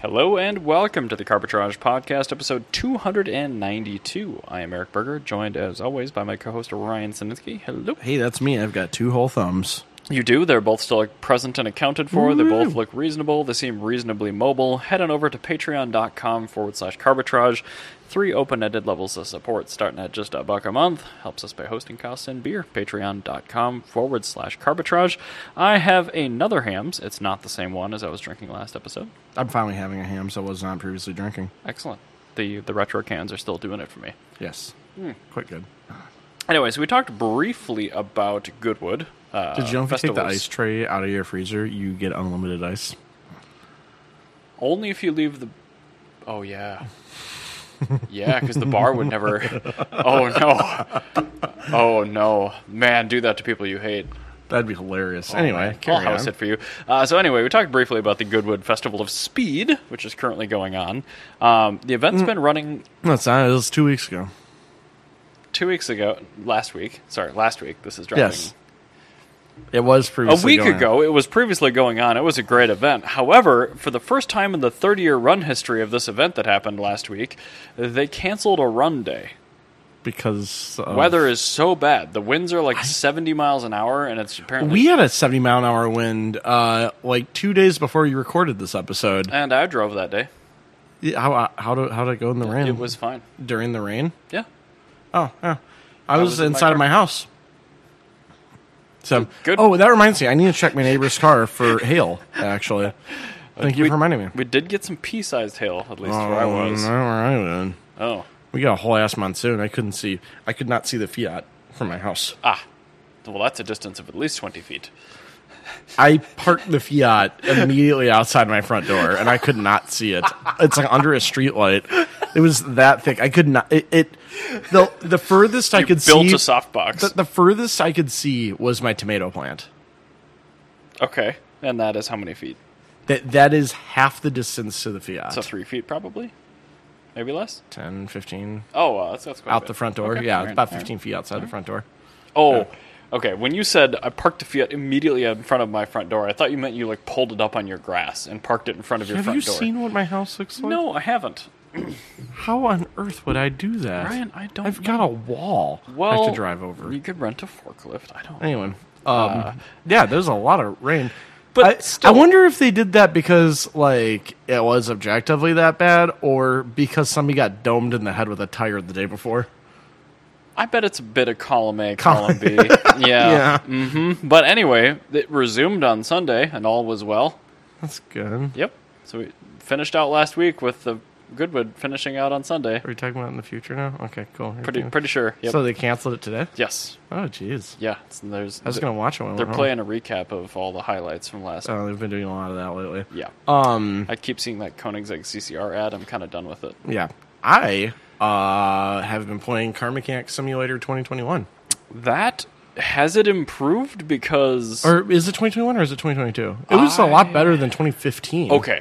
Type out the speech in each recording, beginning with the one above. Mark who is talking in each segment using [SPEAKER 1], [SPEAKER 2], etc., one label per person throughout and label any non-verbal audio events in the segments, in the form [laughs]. [SPEAKER 1] Hello and welcome to the Carpetrage Podcast, episode 292. I am Eric Berger, joined as always by my co host Ryan Sininsky. Hello.
[SPEAKER 2] Hey, that's me. I've got two whole thumbs.
[SPEAKER 1] You do. They're both still present and accounted for. They both look reasonable. They seem reasonably mobile. Head on over to patreon.com forward slash carbitrage. Three open ended levels of support starting at just a buck a month. Helps us pay hosting costs and beer. Patreon.com forward slash carbitrage. I have another hams. It's not the same one as I was drinking last episode.
[SPEAKER 2] I'm finally having a ham, so I was not previously drinking.
[SPEAKER 1] Excellent. The, the retro cans are still doing it for me.
[SPEAKER 2] Yes.
[SPEAKER 1] Hmm.
[SPEAKER 2] Quite good.
[SPEAKER 1] Anyways, we talked briefly about Goodwood. Uh,
[SPEAKER 2] Did you know if you take the
[SPEAKER 1] festivals.
[SPEAKER 2] ice tray out of your freezer, you get unlimited ice?
[SPEAKER 1] Only if you leave the. Oh yeah. Yeah, because the bar would never. [laughs] Oh no. Oh no, man! Do that to people you hate.
[SPEAKER 2] That'd be hilarious. anyway,
[SPEAKER 1] I'll
[SPEAKER 2] Oh, carry
[SPEAKER 1] house
[SPEAKER 2] on.
[SPEAKER 1] Oh, it for you. Uh, so anyway, we talked briefly about the Goodwood Festival of Speed, which is currently going on. Um, the
[SPEAKER 2] Mm.
[SPEAKER 1] event's been running
[SPEAKER 2] No, it's not. It was two weeks ago.
[SPEAKER 1] two weeks ago, last week. Sorry, last week. This is dropping.
[SPEAKER 2] Yes. It was
[SPEAKER 1] A
[SPEAKER 2] previously
[SPEAKER 1] week
[SPEAKER 2] going.
[SPEAKER 1] ago, it was previously going on. It was a great event. However, for the first time in the 30 year run history of this event that happened last week, they canceled a run day.
[SPEAKER 2] because of-
[SPEAKER 1] Weather is so bad. The winds are like 70 miles an hour, and it's apparently.
[SPEAKER 2] We had a 70 mile an hour wind uh, like two days before you recorded this episode.
[SPEAKER 1] and I drove that day.
[SPEAKER 2] Yeah, how uh, how did how did it go in the rain?
[SPEAKER 1] It was fine.
[SPEAKER 2] during the rain.
[SPEAKER 1] Yeah.
[SPEAKER 2] Oh, yeah. I was,
[SPEAKER 1] was in my
[SPEAKER 2] inside
[SPEAKER 1] car.
[SPEAKER 2] of my house. So,
[SPEAKER 1] Good.
[SPEAKER 2] oh, that reminds me. I need to check my neighbor's car for hail.
[SPEAKER 1] [laughs]
[SPEAKER 2] Actually, thank you for reminding me.
[SPEAKER 1] Uh, We did get some pea sized hail, at least
[SPEAKER 2] Oh,
[SPEAKER 1] where I was.
[SPEAKER 2] no, where I was.
[SPEAKER 1] Oh.
[SPEAKER 2] We got a whole ass monsoon. I couldn't see. I could not see the Fiat from my house.
[SPEAKER 1] Ah. Well, that's a distance of at least 20 feet.
[SPEAKER 2] I parked the Fiat immediately outside my front door, and I could not see it. It's like under a streetlight. It was that thick. I could not. It, it the the furthest I
[SPEAKER 1] You
[SPEAKER 2] could
[SPEAKER 1] built
[SPEAKER 2] see
[SPEAKER 1] a softbox.
[SPEAKER 2] The, the furthest I could see was my tomato plant.
[SPEAKER 1] okay. And that is how many feet?
[SPEAKER 2] That that is half the distance to the Fiat.
[SPEAKER 1] So three feet, probably? Maybe less?
[SPEAKER 2] 10, 15
[SPEAKER 1] Oh, wow. That's, that's quite a
[SPEAKER 2] out
[SPEAKER 1] bit.
[SPEAKER 2] the front door.
[SPEAKER 1] Okay.
[SPEAKER 2] Yeah,
[SPEAKER 1] All right.
[SPEAKER 2] it's about
[SPEAKER 1] All right.
[SPEAKER 2] 15 feet outside the front door.
[SPEAKER 1] Oh, okay. When you said I parked the Fiat immediately in front of my front door, I thought you meant you like pulled it up on your grass and parked it in front of your
[SPEAKER 2] Have
[SPEAKER 1] front
[SPEAKER 2] you
[SPEAKER 1] door.
[SPEAKER 2] seen what my house looks like?
[SPEAKER 1] no, I haven't.
[SPEAKER 2] How on earth would I do that?
[SPEAKER 1] Ryan, I don't
[SPEAKER 2] I've got a wall
[SPEAKER 1] Well,
[SPEAKER 2] I have to drive over.
[SPEAKER 1] You could rent a forklift. I don't.
[SPEAKER 2] Anyway, um, yeah, there's a lot of rain.
[SPEAKER 1] Uh. But
[SPEAKER 2] I,
[SPEAKER 1] still-
[SPEAKER 2] I wonder if they did that because like it was objectively that bad, or because somebody got domed in the head with a tire the day before.
[SPEAKER 1] I bet it's a bit of column A, column
[SPEAKER 2] [laughs]
[SPEAKER 1] B. yeah. Mm-hmm. But anyway, it resumed on Sunday, and all was well.
[SPEAKER 2] that's good.
[SPEAKER 1] Yep. So we finished out last week with the Goodwood finishing out on Sunday.
[SPEAKER 2] Are we talking about in the future now? Okay, cool.
[SPEAKER 1] Pretty, pretty sure. Yep.
[SPEAKER 2] So they canceled it today.
[SPEAKER 1] yes.
[SPEAKER 2] Oh, jeez.
[SPEAKER 1] Yeah. It's- there's.
[SPEAKER 2] I was gonna watch it. When I
[SPEAKER 1] They're
[SPEAKER 2] went home.
[SPEAKER 1] playing a recap of all the highlights from last.
[SPEAKER 2] Oh, they've been doing a lot of that lately.
[SPEAKER 1] Yeah.
[SPEAKER 2] Um,
[SPEAKER 1] I keep seeing that Koenigsegg CCR ad. I'm kind of done with it.
[SPEAKER 2] yeah. I uh have been playing Car Mechanic Simulator 2021,
[SPEAKER 1] That has it improved because
[SPEAKER 2] or is it 2021 or is it 2022? It was a lot better than 2015.
[SPEAKER 1] okay,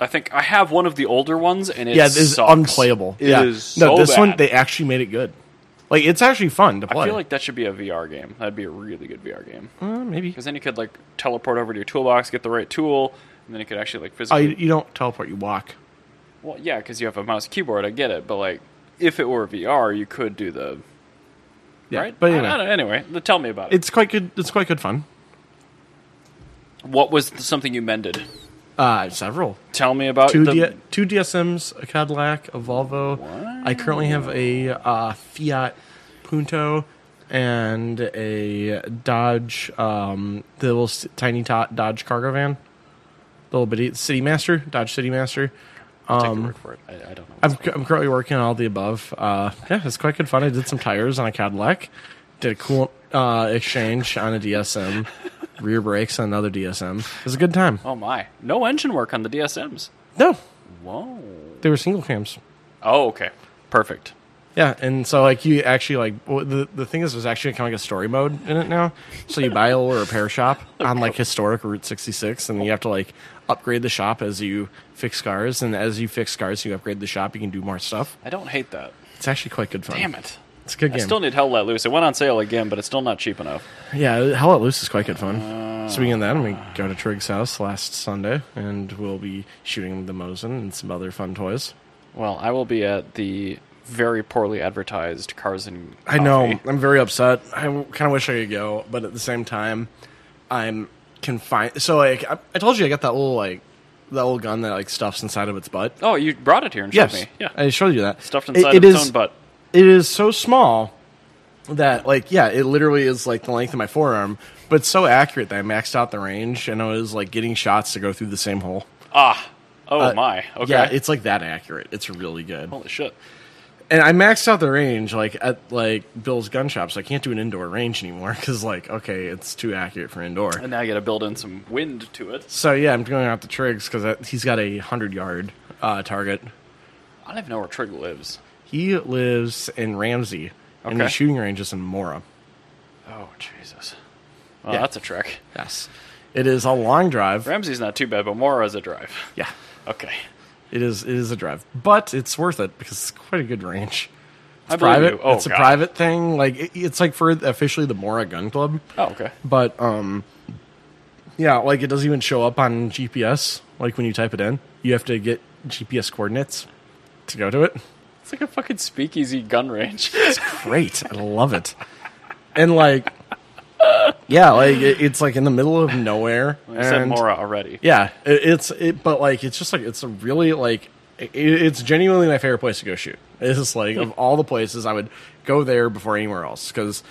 [SPEAKER 1] I think I have one of the older ones and it
[SPEAKER 2] Yeah, this is
[SPEAKER 1] sucks.
[SPEAKER 2] unplayable.
[SPEAKER 1] It
[SPEAKER 2] yeah.
[SPEAKER 1] is
[SPEAKER 2] no,
[SPEAKER 1] so
[SPEAKER 2] this one
[SPEAKER 1] bad.
[SPEAKER 2] they actually made it good. Like it's actually fun to play.
[SPEAKER 1] I feel like that should be a VR game. That'd be a really good VR game
[SPEAKER 2] Uh, maybe.
[SPEAKER 1] because then you could like teleport over to your toolbox, get the right tool, and then you could actually like
[SPEAKER 2] Oh,
[SPEAKER 1] physically.
[SPEAKER 2] you, you don't teleport. You walk.
[SPEAKER 1] well, yeah, because you have a mouse keyboard. I get it, but like if it were VR, you could do the
[SPEAKER 2] Yeah.
[SPEAKER 1] right.
[SPEAKER 2] But
[SPEAKER 1] I-
[SPEAKER 2] anyway,
[SPEAKER 1] I don't- anyway, tell me about it.
[SPEAKER 2] it's quite good. It's quite good fun.
[SPEAKER 1] What was something you mended?
[SPEAKER 2] Uh, several.
[SPEAKER 1] Tell me about
[SPEAKER 2] two,
[SPEAKER 1] the,
[SPEAKER 2] D- two DSMs, a Cadillac, a Volvo. I currently have a uh, Fiat Punto and a Dodge, um, the little s- tiny to- Dodge cargo van, the little bitty City Master, Dodge City Master.
[SPEAKER 1] I'll
[SPEAKER 2] um,
[SPEAKER 1] take your word for it. I, I don't know.
[SPEAKER 2] I'm, cu- I'm currently working on all the above. Uh, yeah, it's quite good fun. I did some tires on a Cadillac, did a cool uh, exchange on a DSM, rear brakes on another DSM. It was a good time.
[SPEAKER 1] Oh my! No engine work on the DSMs.
[SPEAKER 2] No,
[SPEAKER 1] Whoa.
[SPEAKER 2] they were single cams.
[SPEAKER 1] Oh, okay. Perfect.
[SPEAKER 2] Yeah, and so like you actually like w- the the thing is, there's actually kind of like a story mode in it now. So you buy a little repair shop on like historic Route 66, and you have to like upgrade the shop as you fix cars, and as you fix cars, you upgrade the shop. You can do more stuff.
[SPEAKER 1] I don't hate that.
[SPEAKER 2] It's actually quite good fun.
[SPEAKER 1] Damn it.
[SPEAKER 2] it's a good
[SPEAKER 1] I
[SPEAKER 2] game.
[SPEAKER 1] still need Hell Let Loose. It went on sale again, but it's still not cheap enough.
[SPEAKER 2] yeah, Hell at Loose is quite good fun.
[SPEAKER 1] Uh,
[SPEAKER 2] Speaking of that, I'm going to go to Trig's house last Sunday, and we'll be shooting the Mosin and some other fun toys.
[SPEAKER 1] Well, I will be at the very poorly advertised Cars and
[SPEAKER 2] I know.
[SPEAKER 1] Coffee.
[SPEAKER 2] I'm very upset. I kind of wish I could go, but at the same time, I'm confined. So, like, I, I told you I got that little, like, that little gun that, like, stuffs inside of its butt.
[SPEAKER 1] Oh, you brought it here and showed
[SPEAKER 2] Yes.
[SPEAKER 1] me. Yeah.
[SPEAKER 2] I showed you that.
[SPEAKER 1] Stuffed
[SPEAKER 2] It-
[SPEAKER 1] inside of
[SPEAKER 2] it
[SPEAKER 1] its
[SPEAKER 2] is-
[SPEAKER 1] own butt.
[SPEAKER 2] It is so small that, like, yeah, it literally is, like, the length of my forearm, but it's so accurate that I maxed out the range, and I was, like, getting shots to go through the same hole.
[SPEAKER 1] Ah. Oh
[SPEAKER 2] Uh,
[SPEAKER 1] my. Okay.
[SPEAKER 2] Yeah, it's like that accurate. It's really good.
[SPEAKER 1] Holy shit.
[SPEAKER 2] And I maxed out the range like at like Bill's gun shop, so I can't do an indoor range anymore because like okay, it's too accurate for indoor.
[SPEAKER 1] And now you got to build in some wind to it.
[SPEAKER 2] So yeah, I'm going out to Triggs because he's got a hundred yard uh, target.
[SPEAKER 1] I don't even know where Trig lives.
[SPEAKER 2] He lives in Ramsey, and
[SPEAKER 1] Okay.
[SPEAKER 2] his shooting range is in Mora.
[SPEAKER 1] Oh Jesus. Well,
[SPEAKER 2] Yeah.
[SPEAKER 1] that's a trek.
[SPEAKER 2] Yes, it is a long drive.
[SPEAKER 1] Ramsey's not too bad, but Mora is a drive.
[SPEAKER 2] Yeah,
[SPEAKER 1] Okay.
[SPEAKER 2] it is. It is a drive, but it's worth it because it's quite a good range.
[SPEAKER 1] I believe
[SPEAKER 2] Private.
[SPEAKER 1] you. Oh,
[SPEAKER 2] it's a
[SPEAKER 1] God.
[SPEAKER 2] private thing. Like it, it's like for officially the Mora Gun Club.
[SPEAKER 1] Oh, okay.
[SPEAKER 2] But um yeah, like it doesn't even show up on GPS. Like when you type it in, you have to get GPS coordinates to go to it.
[SPEAKER 1] It's like a fucking speakeasy gun range. [laughs]
[SPEAKER 2] Great. I love it. And like yeah, like it, it's like in the middle of nowhere.
[SPEAKER 1] I said
[SPEAKER 2] and-
[SPEAKER 1] Mora already.
[SPEAKER 2] Yeah, it, it's it but like it's just like it's a really like it, it's genuinely my favorite place to go shoot. It's like of all the places I would go there before anywhere else cuz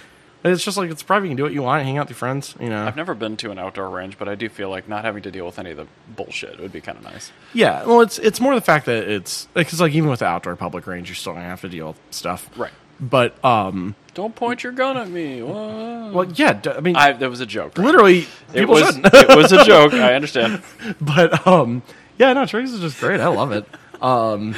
[SPEAKER 2] it's just like it's private. You can do what you want, hang out with your friends. You know,
[SPEAKER 1] I've never been to an outdoor range, but I do feel like not having to deal with any of the bullshit would be kind of nice.
[SPEAKER 2] Yeah, well, it's it's more the fact that it's because like even with the outdoor public range, you're still gonna have to deal with stuff,
[SPEAKER 1] Right.
[SPEAKER 2] But um,
[SPEAKER 1] Don't point your gun at me. Whoa.
[SPEAKER 2] well, yeah, d- I mean,
[SPEAKER 1] I, that was a joke. right?
[SPEAKER 2] literally,
[SPEAKER 1] It
[SPEAKER 2] people
[SPEAKER 1] was,
[SPEAKER 2] shouldn't. [laughs]
[SPEAKER 1] it was a joke. I understand.
[SPEAKER 2] but um, yeah, no, Triggs is just great. I love it. Um,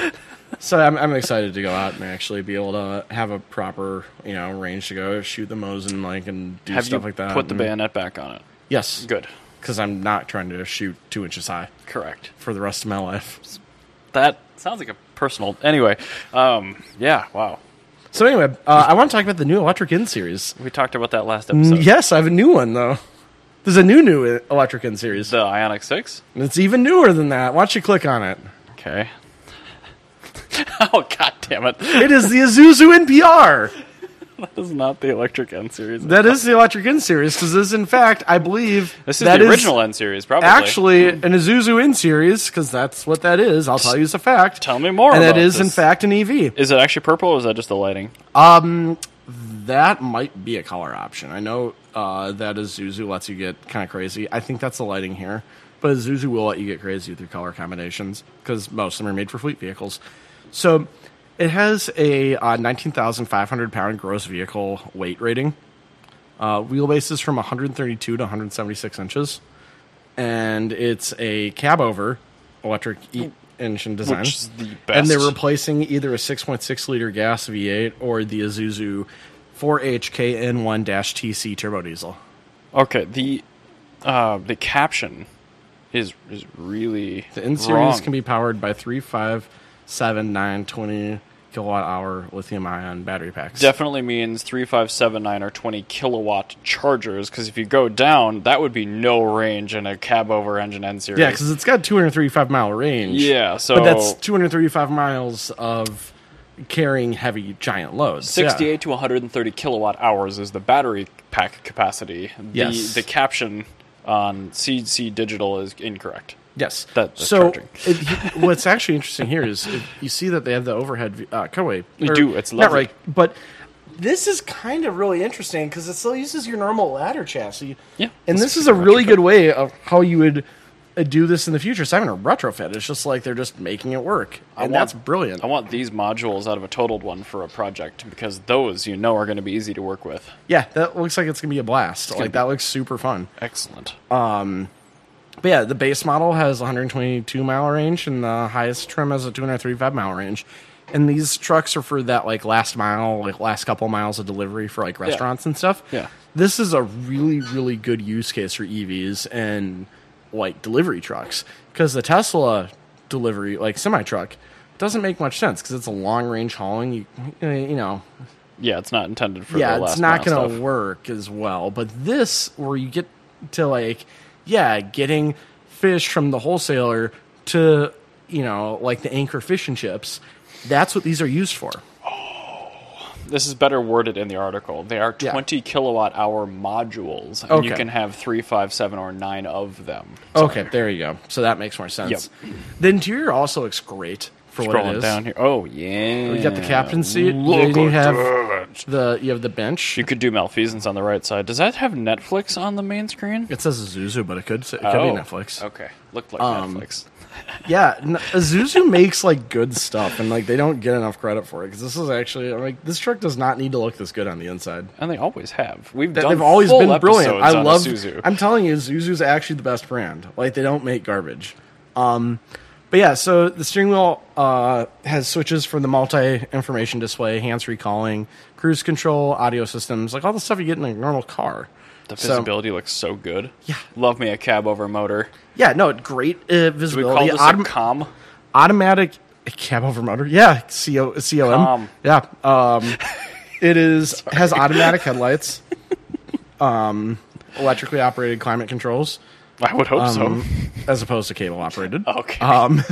[SPEAKER 2] so I'm I'm excited to go out and actually be able to have a proper you know range to go shoot the mows and like and do
[SPEAKER 1] Have you
[SPEAKER 2] stuff like that.
[SPEAKER 1] put the
[SPEAKER 2] and-
[SPEAKER 1] bayonet back on it?
[SPEAKER 2] Yes,
[SPEAKER 1] Good.
[SPEAKER 2] because I'm not trying to shoot two inches high
[SPEAKER 1] Correct.
[SPEAKER 2] for the rest of my life.
[SPEAKER 1] That sounds like a personal. Anyway, um, yeah. Wow.
[SPEAKER 2] So anyway, uh, I want to talk about the new Electric In series.
[SPEAKER 1] We talked about that last episode.
[SPEAKER 2] Mm, Yes, I have a new one though. There's a new new electric in series.
[SPEAKER 1] The Ionic Six.
[SPEAKER 2] And it's even newer than that. Why don't you click on it?
[SPEAKER 1] Okay. [laughs] oh god damn it! That
[SPEAKER 2] It is the Azuzu NPR.
[SPEAKER 1] is not the Electric N series.
[SPEAKER 2] That is the electric in series because this, in fact, I believe
[SPEAKER 1] This is
[SPEAKER 2] that
[SPEAKER 1] the original N series, probably.
[SPEAKER 2] Actually, an Azuzu in series because that's what that is. I'll tell you as a fact.
[SPEAKER 1] tell me more.
[SPEAKER 2] And that
[SPEAKER 1] about
[SPEAKER 2] is, in
[SPEAKER 1] this.
[SPEAKER 2] fact, an E EV.
[SPEAKER 1] Is it actually purple, or is that just the lighting?
[SPEAKER 2] Um, that might be a color option. I know uh, that Azuzu lets you get kind of crazy. I think that's the lighting here, but Azuzu will let you get crazy with your color combinations because most of them are made for fleet vehicles. So it has a uh, 19,500 pound gross vehicle weight rating. Uh, wheelbase is from 132 to 176 inches, and it's a cab over electric e- engine design.
[SPEAKER 1] Which is the
[SPEAKER 2] And they're
[SPEAKER 1] best.
[SPEAKER 2] replacing either a 6.6 liter gas V8 or the Isuzu 4HKN1 TC turbo diesel.
[SPEAKER 1] Okay, the uh, the caption is is really
[SPEAKER 2] The N
[SPEAKER 1] wrong.
[SPEAKER 2] series can be powered by three, five, seven, nine, 20 kilowatt hour lithium ion battery packs.
[SPEAKER 1] definitely means three five seven nine or twenty kilowatt chargers. Because if you go down, that would be no range in a cab over engine N series.
[SPEAKER 2] yeah, because it's got 235 mile range.
[SPEAKER 1] Yeah, so
[SPEAKER 2] But that's 235 miles of carrying heavy giant loads. Yeah.
[SPEAKER 1] 68 to 130 kilowatt hours is the battery pack capacity. The,
[SPEAKER 2] Yes.
[SPEAKER 1] the caption on CC Digital is incorrect.
[SPEAKER 2] Yes.
[SPEAKER 1] That- that's
[SPEAKER 2] so
[SPEAKER 1] charging.
[SPEAKER 2] it, he- what's actually interesting here is if you see that they have the overhead uh, cutaway.
[SPEAKER 1] They
[SPEAKER 2] or-
[SPEAKER 1] do, it's
[SPEAKER 2] not
[SPEAKER 1] lovely.
[SPEAKER 2] right, but this is kind of really interesting because it still uses your normal ladder chassis.
[SPEAKER 1] Yeah.
[SPEAKER 2] and this is a really good way of how you would uh, do this in the future. It's not even a retrofit. It's just like they're just making it work, and
[SPEAKER 1] want-
[SPEAKER 2] that's brilliant.
[SPEAKER 1] I want these modules out of a totaled one for a project because those you know are going to be easy to work with.
[SPEAKER 2] yeah, that looks like it's gonna be a blast.
[SPEAKER 1] gonna
[SPEAKER 2] Like that looks super fun.
[SPEAKER 1] Excellent.
[SPEAKER 2] Uh, But yeah, the base model has 122 mile range, and the highest trim has a 235 mile range. And these trucks are for that like last mile, like last couple miles of delivery for like restaurants and stuff.
[SPEAKER 1] Yeah.
[SPEAKER 2] this is a really really good use case for EVs and like delivery trucks because the Tesla delivery like semi truck doesn't make much sense because it's a long range hauling. You you know
[SPEAKER 1] yeah, it's not intended for.
[SPEAKER 2] yeah,
[SPEAKER 1] the last
[SPEAKER 2] it's not
[SPEAKER 1] mile
[SPEAKER 2] going to
[SPEAKER 1] stuff.
[SPEAKER 2] work as well. But this, where you get to like, yeah, getting fish from the wholesaler to, you know, like the anchor fish and chips. That's what these are used for.
[SPEAKER 1] This is better worded in the article. They are
[SPEAKER 2] Yeah.
[SPEAKER 1] 20 kilowatt hour modules, and you
[SPEAKER 2] Okay.
[SPEAKER 1] can have three, five, seven, or nine of them.
[SPEAKER 2] Okay, there you go. So that makes more sense. The interior also looks great for what it
[SPEAKER 1] Scrolling
[SPEAKER 2] is.
[SPEAKER 1] down here. Oh, yeah.
[SPEAKER 2] You got the captain's seat. then you have the you have the bench.
[SPEAKER 1] You could do malfeasance on the right side. Does that have Netflix on the main screen?
[SPEAKER 2] It says Zuzu, but it could say, it could
[SPEAKER 1] Oh.
[SPEAKER 2] be Netflix.
[SPEAKER 1] Okay. Looked like
[SPEAKER 2] Um,
[SPEAKER 1] Netflix.
[SPEAKER 2] Yeah, n- Zuzu makes like good stuff, and like they don't get enough credit for it because this is actually I'm like this truck does not need to look this good on the inside.
[SPEAKER 1] And they always have. We've
[SPEAKER 2] Th-
[SPEAKER 1] done
[SPEAKER 2] They've always
[SPEAKER 1] full
[SPEAKER 2] been brilliant.
[SPEAKER 1] episodes
[SPEAKER 2] I
[SPEAKER 1] on
[SPEAKER 2] love.
[SPEAKER 1] Isuzu.
[SPEAKER 2] I'm telling you, Zuzu's actually the best brand. Like they don't make garbage. Um, but yeah, so the steering wheel uh, has switches for the multi information display, hands free calling, cruise control, audio systems, like all the stuff you get in a normal car.
[SPEAKER 1] The
[SPEAKER 2] So-
[SPEAKER 1] visibility looks so good.
[SPEAKER 2] Yeah.
[SPEAKER 1] Love me a cab over motor.
[SPEAKER 2] yeah, no, great uh,
[SPEAKER 1] We call
[SPEAKER 2] visibility.
[SPEAKER 1] this a
[SPEAKER 2] Autom-
[SPEAKER 1] com.
[SPEAKER 2] automatic cab over motor. Yeah, CO, COM.
[SPEAKER 1] Com.
[SPEAKER 2] Yeah. Um, [laughs] it is has automatic
[SPEAKER 1] [laughs]
[SPEAKER 2] headlights, um, electrically operated climate controls,
[SPEAKER 1] I would hope
[SPEAKER 2] um,
[SPEAKER 1] so.
[SPEAKER 2] as opposed to cable operated.
[SPEAKER 1] Okay.
[SPEAKER 2] Um,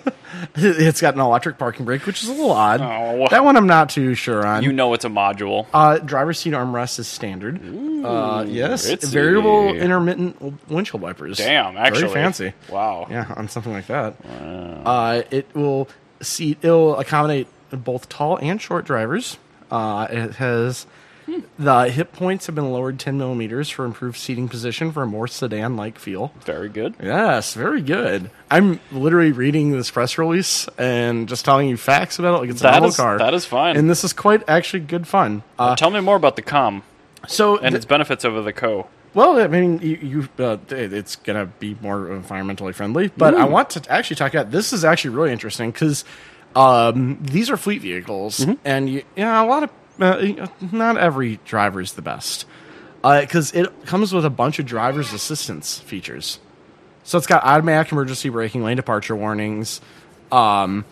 [SPEAKER 2] [laughs] it's got an electric parking brake, which is a little odd.
[SPEAKER 1] Oh.
[SPEAKER 2] That one I'm not too sure on.
[SPEAKER 1] you know it's a module.
[SPEAKER 2] uh, driver's seat armrest is standard. uh, yes,
[SPEAKER 1] ritzy.
[SPEAKER 2] variable intermittent windshield wipers.
[SPEAKER 1] Damn, actually.
[SPEAKER 2] very fancy.
[SPEAKER 1] Wow.
[SPEAKER 2] Yeah, on something like that. Uh, it will seat. It'll accommodate both tall and short drivers. Uh, it has
[SPEAKER 1] Hmm.
[SPEAKER 2] the hip points have been lowered ten millimeters for improved seating position for a more sedan-like feel.
[SPEAKER 1] Very good.
[SPEAKER 2] Yes, very good. I'm literally reading this press release and just telling you facts about it. Like it's
[SPEAKER 1] That
[SPEAKER 2] a normal
[SPEAKER 1] is-
[SPEAKER 2] car.
[SPEAKER 1] that is fine.
[SPEAKER 2] And this is quite actually good fun. Uh,
[SPEAKER 1] Tell me more about the com
[SPEAKER 2] so
[SPEAKER 1] and
[SPEAKER 2] th-
[SPEAKER 1] its benefits over the co.
[SPEAKER 2] Well, I mean, you, you uh, it- it's going to be more environmentally friendly, but I want to actually talk about this is actually really interesting because um, these are fleet vehicles, and you, you know, a lot of uh, you know, not every driver is the best because it comes with a bunch of driver's assistance features. So it's got automatic emergency braking, lane departure warnings, um,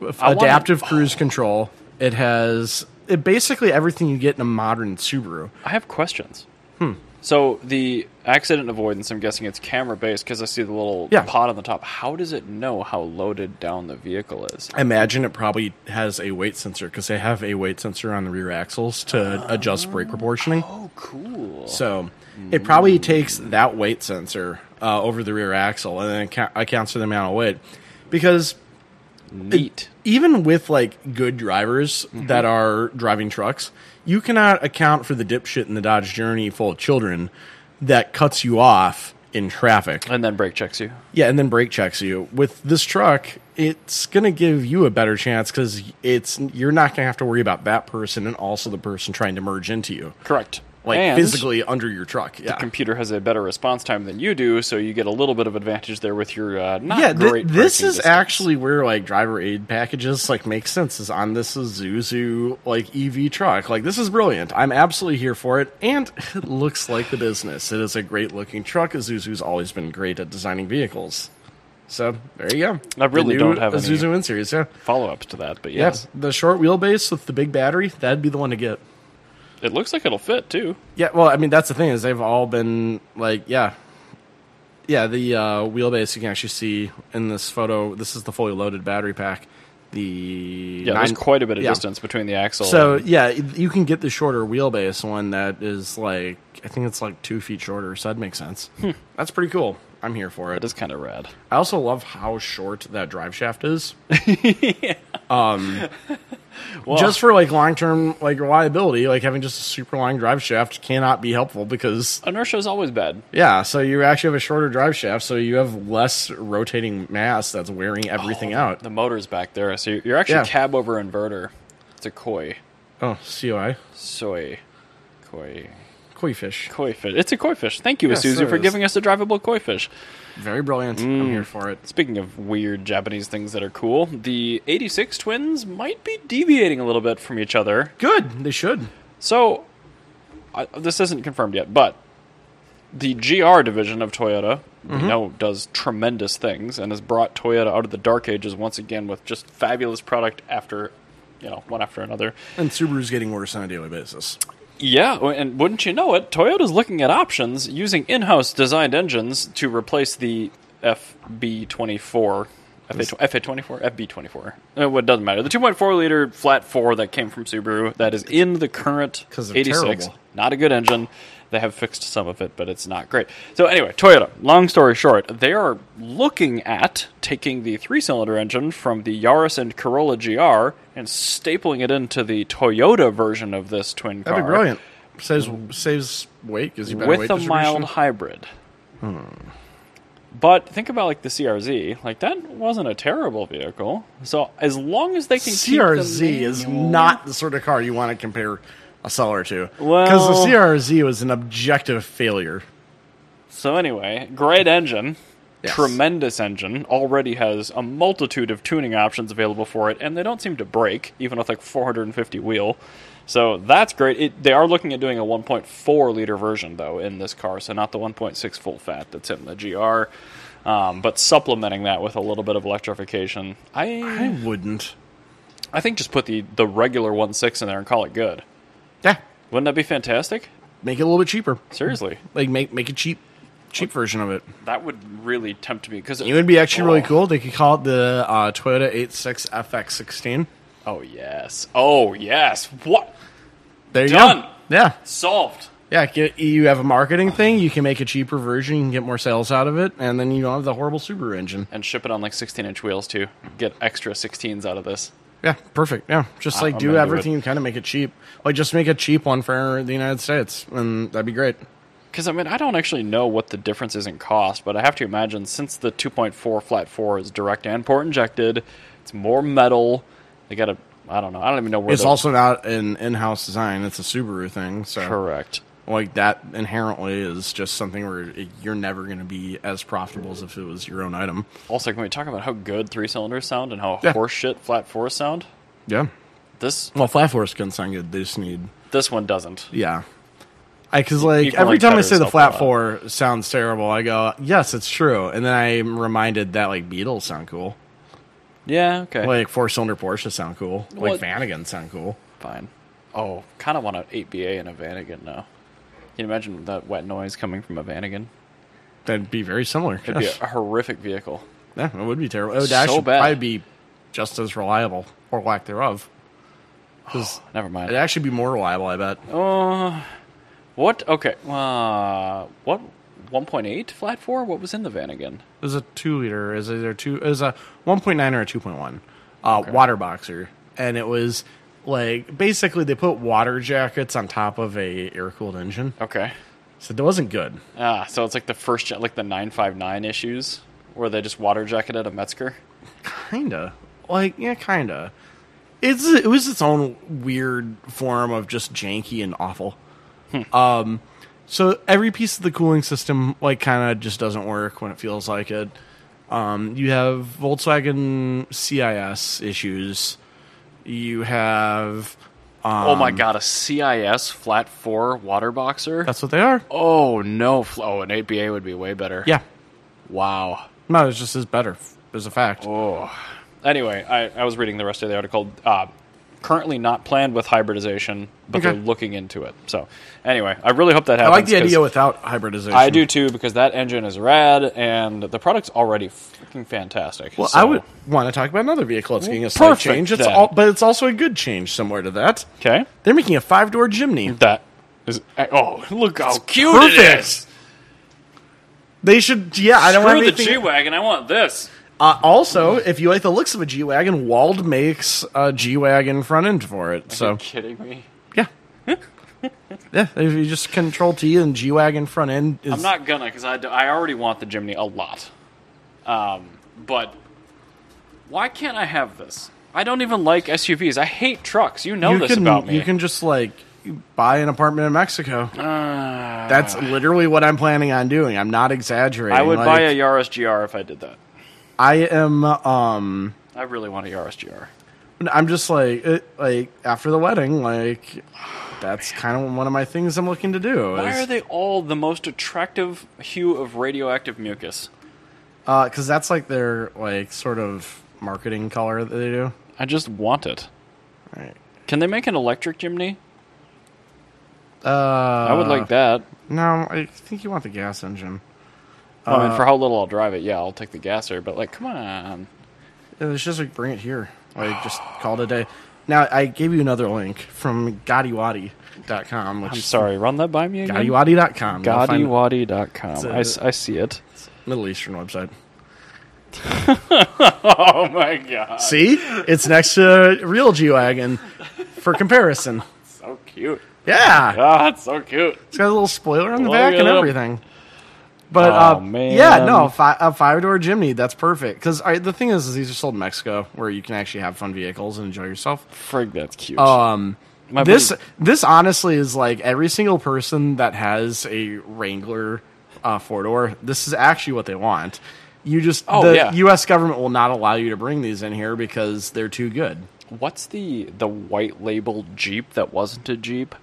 [SPEAKER 1] wanna-
[SPEAKER 2] adaptive cruise control. It has it basically everything you get in a modern Subaru.
[SPEAKER 1] I have questions. Hmm. So the accident avoidance, I'm guessing it's camera based because I see the little
[SPEAKER 2] Yeah.
[SPEAKER 1] pod on the top. How does it know how loaded down the vehicle is?
[SPEAKER 2] I imagine it probably has a weight sensor because they have a weight sensor on the rear axles to adjust brake proportioning.
[SPEAKER 1] Oh, cool.
[SPEAKER 2] So it probably takes that weight sensor uh, over the rear axle and then it ca- accounts for the amount of weight. Because
[SPEAKER 1] Neat.
[SPEAKER 2] even with like good drivers that are driving trucks, you cannot account for the dipshit in the Dodge Journey full of children that cuts you off in traffic.
[SPEAKER 1] and then brake checks you.
[SPEAKER 2] Yeah, and then brake checks you. With this truck, it's gonna give you a better chance because it's you're not gonna have to worry about that person and also the person trying to merge into you,
[SPEAKER 1] Correct.
[SPEAKER 2] like
[SPEAKER 1] and
[SPEAKER 2] physically under your truck. Yeah,
[SPEAKER 1] Computer has a better response time than you do, so you get a little bit of advantage there with your uh, not
[SPEAKER 2] yeah. thi-
[SPEAKER 1] great.
[SPEAKER 2] this
[SPEAKER 1] braking
[SPEAKER 2] is
[SPEAKER 1] distance.
[SPEAKER 2] actually where like driver aid packages like make sense. Is on this Zuzu like EV truck. Like this is brilliant. I'm absolutely here for it, and [laughs] it looks like the business. It is a great looking truck. Zuzu's always been great at designing vehicles. So there you go.
[SPEAKER 1] I really
[SPEAKER 2] The new
[SPEAKER 1] don't have any-
[SPEAKER 2] Zuzu in series. Yeah.
[SPEAKER 1] follow ups to that, but yes,
[SPEAKER 2] Yes, the short wheelbase with the big battery, that'd be the one to get.
[SPEAKER 1] it looks like it'll fit too.
[SPEAKER 2] Yeah, well, I mean that's the thing is they've all been like, yeah, yeah. The uh, wheelbase you can actually see in this photo. This is the fully loaded battery pack. The
[SPEAKER 1] Yeah, there's quite a bit of
[SPEAKER 2] yeah.
[SPEAKER 1] distance between the axle.
[SPEAKER 2] So
[SPEAKER 1] and-
[SPEAKER 2] yeah, you can get the shorter wheelbase one that is like I think it's like two feet shorter. So that makes sense.
[SPEAKER 1] Hmm.
[SPEAKER 2] That's pretty cool. I'm here for it.
[SPEAKER 1] that is kind of rad.
[SPEAKER 2] I also love how short that drive shaft is.
[SPEAKER 1] [laughs]
[SPEAKER 2] Um,
[SPEAKER 1] Well,
[SPEAKER 2] just for like long term like reliability, like having just a super long drive shaft cannot be helpful because
[SPEAKER 1] inertia is always bad.
[SPEAKER 2] yeah, so you actually have a shorter drive shaft, so you have less rotating mass that's wearing everything out.
[SPEAKER 1] The motor's back there, so you're- you're actually
[SPEAKER 2] Yeah.
[SPEAKER 1] cab over inverter. It's a koi,
[SPEAKER 2] Oh, COI,
[SPEAKER 1] soy, koi,
[SPEAKER 2] koi fish,
[SPEAKER 1] koi fish. It's a koi fish. Thank you,
[SPEAKER 2] Yes,
[SPEAKER 1] Isuzu,
[SPEAKER 2] there
[SPEAKER 1] for
[SPEAKER 2] is.
[SPEAKER 1] giving us a drivable koi fish.
[SPEAKER 2] very brilliant.
[SPEAKER 1] Mm.
[SPEAKER 2] I'm here for it.
[SPEAKER 1] Speaking of weird Japanese things that are cool, the 86 twins might be deviating a little bit from each other.
[SPEAKER 2] Good, they should.
[SPEAKER 1] So, I, this isn't confirmed yet, but the GR division of Toyota, we
[SPEAKER 2] Mm-hmm.
[SPEAKER 1] know, does tremendous things and has brought Toyota out of the dark ages once again with just fabulous product after, you know, one after another.
[SPEAKER 2] And Subaru's getting worse on a daily basis.
[SPEAKER 1] Yeah, and wouldn't you know it, Toyota's looking at options using in house designed engines to replace the FB24. FA24, FB24. Uh, Well, it doesn't matter. The 2.4 liter flat four that came from Subaru that is in the current
[SPEAKER 2] 'Cause they're
[SPEAKER 1] 86.
[SPEAKER 2] terrible.
[SPEAKER 1] Not a good engine. They have fixed some of it, but it's not great. So anyway, Toyota. Long story short, they are looking at taking the three-cylinder engine from the Yaris and Corolla GR and stapling it into the Toyota version of this twin car
[SPEAKER 2] That'd be brilliant. Saves saves weight gives you better weight
[SPEAKER 1] with a
[SPEAKER 2] distribution. Hmm.
[SPEAKER 1] mild hybrid. But think about like the CRZ. Like that wasn't a terrible vehicle. So as long as they can keep
[SPEAKER 2] CRZ
[SPEAKER 1] the
[SPEAKER 2] is
[SPEAKER 1] manual-
[SPEAKER 2] not the sort of car you want to compare a seller to. Because
[SPEAKER 1] Well-
[SPEAKER 2] the CRZ was an objective failure.
[SPEAKER 1] So anyway, great engine,
[SPEAKER 2] Yes.
[SPEAKER 1] tremendous engine. Already has a multitude of tuning options available for it, and they don't seem to break even with like 450 wheel. So that's great. It, they are looking at doing a 1.4 liter version though in this car, so not the 1.6 full fat that's in the GR, um, but supplementing that with a little bit of electrification.
[SPEAKER 2] I
[SPEAKER 1] I
[SPEAKER 2] wouldn't.
[SPEAKER 1] I think just put the the regular 1.6 in there and call it good.
[SPEAKER 2] Yeah.
[SPEAKER 1] Wouldn't that be fantastic?
[SPEAKER 2] Make it a little bit cheaper.
[SPEAKER 1] Seriously,
[SPEAKER 2] Like make make a cheap cheap version of it.
[SPEAKER 1] [laughs] that would really tempt me Oh. because
[SPEAKER 2] It would be actually really cool. They could call it the uh, Toyota 86 FX16.
[SPEAKER 1] Oh yes. Oh yes. What
[SPEAKER 2] There you
[SPEAKER 1] Done.
[SPEAKER 2] go. Yeah.
[SPEAKER 1] solved?
[SPEAKER 2] Yeah, get, you have a marketing thing. You can make a cheaper version. You can get more sales out of it, and then you don't have the horrible Subaru engine.
[SPEAKER 1] And ship it on like 16-inch wheels too. Get extra 16s out of this.
[SPEAKER 2] Yeah, perfect. Yeah, just like
[SPEAKER 1] I'm
[SPEAKER 2] do
[SPEAKER 1] into
[SPEAKER 2] everything and kind of make it cheap. Like just make a cheap one for the United States, and that'd be great.
[SPEAKER 1] Because I mean, I don't actually know what the difference is in cost, but I have to imagine since the 2.4 flat four is direct and port injected, it's more metal. They got to. I don't know. I don't even know where.
[SPEAKER 2] It's
[SPEAKER 1] the-
[SPEAKER 2] also not an in-house design. It's a Subaru thing, so
[SPEAKER 1] correct.
[SPEAKER 2] like that inherently is just something where it, you're never going to be as profitable as if it was your own item.
[SPEAKER 1] Also, can we talk about how good three cylinders sound and how
[SPEAKER 2] Yeah.
[SPEAKER 1] horseshit flat fours sound?
[SPEAKER 2] Yeah.
[SPEAKER 1] This
[SPEAKER 2] Well, flat force can sound good. They just need
[SPEAKER 1] this one doesn't.
[SPEAKER 2] Yeah. I because like
[SPEAKER 1] can,
[SPEAKER 2] every
[SPEAKER 1] like,
[SPEAKER 2] time I
[SPEAKER 1] better
[SPEAKER 2] say the
[SPEAKER 1] yourself a
[SPEAKER 2] flat
[SPEAKER 1] lot.
[SPEAKER 2] four sounds terrible, I go yes, it's true, and then I'm reminded that like Beatles sound cool,
[SPEAKER 1] Yeah. Okay.
[SPEAKER 2] like four cylinder Porsches sound cool, like
[SPEAKER 1] Well-
[SPEAKER 2] Vanagon sound cool.
[SPEAKER 1] Fine. Oh, kind of want an 8BA and a Vanagon now. Can you imagine that wet noise coming from a Vanagon?
[SPEAKER 2] That'd be very similar.
[SPEAKER 1] It'd
[SPEAKER 2] Yes.
[SPEAKER 1] be a horrific vehicle.
[SPEAKER 2] [laughs] yeah, it would be terrible. It would
[SPEAKER 1] So
[SPEAKER 2] actually
[SPEAKER 1] bad.
[SPEAKER 2] probably be just as reliable or lack thereof.
[SPEAKER 1] [sighs]
[SPEAKER 2] Because
[SPEAKER 1] Never mind. Uh,
[SPEAKER 2] it'd actually be more reliable, I bet.
[SPEAKER 1] What? Okay. Uh, what? 1.8 flat four? What was in the Vanagon?
[SPEAKER 2] It was a two liter. Is either two? It was a one point nine or a two point one. Uh, Water boxer, and it was like basically they put water jackets on top of a air cooled engine,
[SPEAKER 1] Okay.
[SPEAKER 2] so that wasn't good.
[SPEAKER 1] Ah, so it's like the first gen, like the 959 issues, where they just water jacketed a Metzger.
[SPEAKER 2] Kinda, like yeah, kinda. It's it was its own weird form of just janky and awful. um,
[SPEAKER 1] Hmm.
[SPEAKER 2] so every piece of the cooling system like kind of just doesn't work when it feels like it. Um, you have Volkswagen CIS issues. You have
[SPEAKER 1] oh my
[SPEAKER 2] Um.
[SPEAKER 1] god, a CIS flat four water boxer.
[SPEAKER 2] That's what they are.
[SPEAKER 1] oh no, fl- oh an 8BA would be way better.
[SPEAKER 2] Yeah.
[SPEAKER 1] Wow.
[SPEAKER 2] No, it's just as better as a fact.
[SPEAKER 1] Oh. Anyway, I, I was reading the rest of the article. Uh, currently not planned with hybridization, but
[SPEAKER 2] Okay.
[SPEAKER 1] they're looking into it. So, anyway, I really hope that
[SPEAKER 2] I
[SPEAKER 1] happens.
[SPEAKER 2] like the
[SPEAKER 1] 'cause
[SPEAKER 2] idea without hybridization.
[SPEAKER 1] I do too because that engine is rad and the product's already freaking fantastic.
[SPEAKER 2] Well,
[SPEAKER 1] So-
[SPEAKER 2] I would want to talk about another vehicle that's getting a slight
[SPEAKER 1] perfect,
[SPEAKER 2] change. It's
[SPEAKER 1] then.
[SPEAKER 2] all, but it's also a good change somewhere to that.
[SPEAKER 1] Okay.
[SPEAKER 2] They're making a five door Jimny.
[SPEAKER 1] That is. Oh, look how cute it
[SPEAKER 2] perfect.
[SPEAKER 1] is!
[SPEAKER 2] They should. Yeah, I don't
[SPEAKER 1] Screw
[SPEAKER 2] want
[SPEAKER 1] the
[SPEAKER 2] anything.
[SPEAKER 1] G wagon. I want this.
[SPEAKER 2] uh, also, if you like the looks of a G wagon, Wald makes a G wagon front end for it.
[SPEAKER 1] Are you
[SPEAKER 2] So
[SPEAKER 1] kidding me? [laughs]
[SPEAKER 2] yeah, yeah. If you just control T and G wagon front end is
[SPEAKER 1] I'm not gonna because I, d- I already want the Jimny a lot. Um, but why can't I have this? I don't even like SUVs. I hate trucks. You know
[SPEAKER 2] you
[SPEAKER 1] this
[SPEAKER 2] can,
[SPEAKER 1] about me.
[SPEAKER 2] You can just like buy an apartment in Mexico. That's literally what I'm planning on doing. I'm not exaggerating.
[SPEAKER 1] Ah. I would
[SPEAKER 2] Like,
[SPEAKER 1] buy a Yaris GR if I did that.
[SPEAKER 2] I am. Um,
[SPEAKER 1] I really want a Yaris GR.
[SPEAKER 2] I'm just like it, like after the wedding. Like that's kind of one of my things I'm looking to do.
[SPEAKER 1] Why
[SPEAKER 2] is-
[SPEAKER 1] are they all the most attractive hue of radioactive mucus?
[SPEAKER 2] because uh, that's like their like sort of marketing color that they do.
[SPEAKER 1] I just want it.
[SPEAKER 2] Right.
[SPEAKER 1] Can they make an electric Jimny?
[SPEAKER 2] Uh,
[SPEAKER 1] I would like that.
[SPEAKER 2] No, I think you want the gas engine.
[SPEAKER 1] Well,
[SPEAKER 2] uh,
[SPEAKER 1] I mean, for how little I'll drive it, yeah, I'll take the gasser. But like, come on.
[SPEAKER 2] It was just like bring it here.
[SPEAKER 1] [sighs]
[SPEAKER 2] Like just call it a day. Now I gave you another link from gottiwadi.com, which
[SPEAKER 1] I'm sorry. Run that by me again.
[SPEAKER 2] gottiwadi.com. You'll find It's
[SPEAKER 1] Gadiwadi.com.
[SPEAKER 2] a-
[SPEAKER 1] I, s- I see it.
[SPEAKER 2] a Middle Eastern website.
[SPEAKER 1] [laughs] Oh my god,
[SPEAKER 2] See? It's next to a real G Wagon for comparison.
[SPEAKER 1] so cute.
[SPEAKER 2] Yeah.
[SPEAKER 1] Ah, it's so cute.
[SPEAKER 2] It's got a little spoiler on the
[SPEAKER 1] Look
[SPEAKER 2] back
[SPEAKER 1] it
[SPEAKER 2] and
[SPEAKER 1] up.
[SPEAKER 2] everything. But
[SPEAKER 1] Aw,
[SPEAKER 2] uh,
[SPEAKER 1] man.
[SPEAKER 2] yeah, no, fi- a five door Jimny. That's perfect. Because the thing is, is these are sold in Mexico, where you can actually have fun vehicles and enjoy yourself.
[SPEAKER 1] Frig, that's cute.
[SPEAKER 2] Um,
[SPEAKER 1] My
[SPEAKER 2] this
[SPEAKER 1] buddy-
[SPEAKER 2] this honestly is like every single person that has a Wrangler uh, four door. This is actually what they want. You just
[SPEAKER 1] Oh,
[SPEAKER 2] the
[SPEAKER 1] yeah.
[SPEAKER 2] U.S. government will not allow you to bring these in here because they're too good.
[SPEAKER 1] What's the the white labeled Jeep that wasn't a Jeep?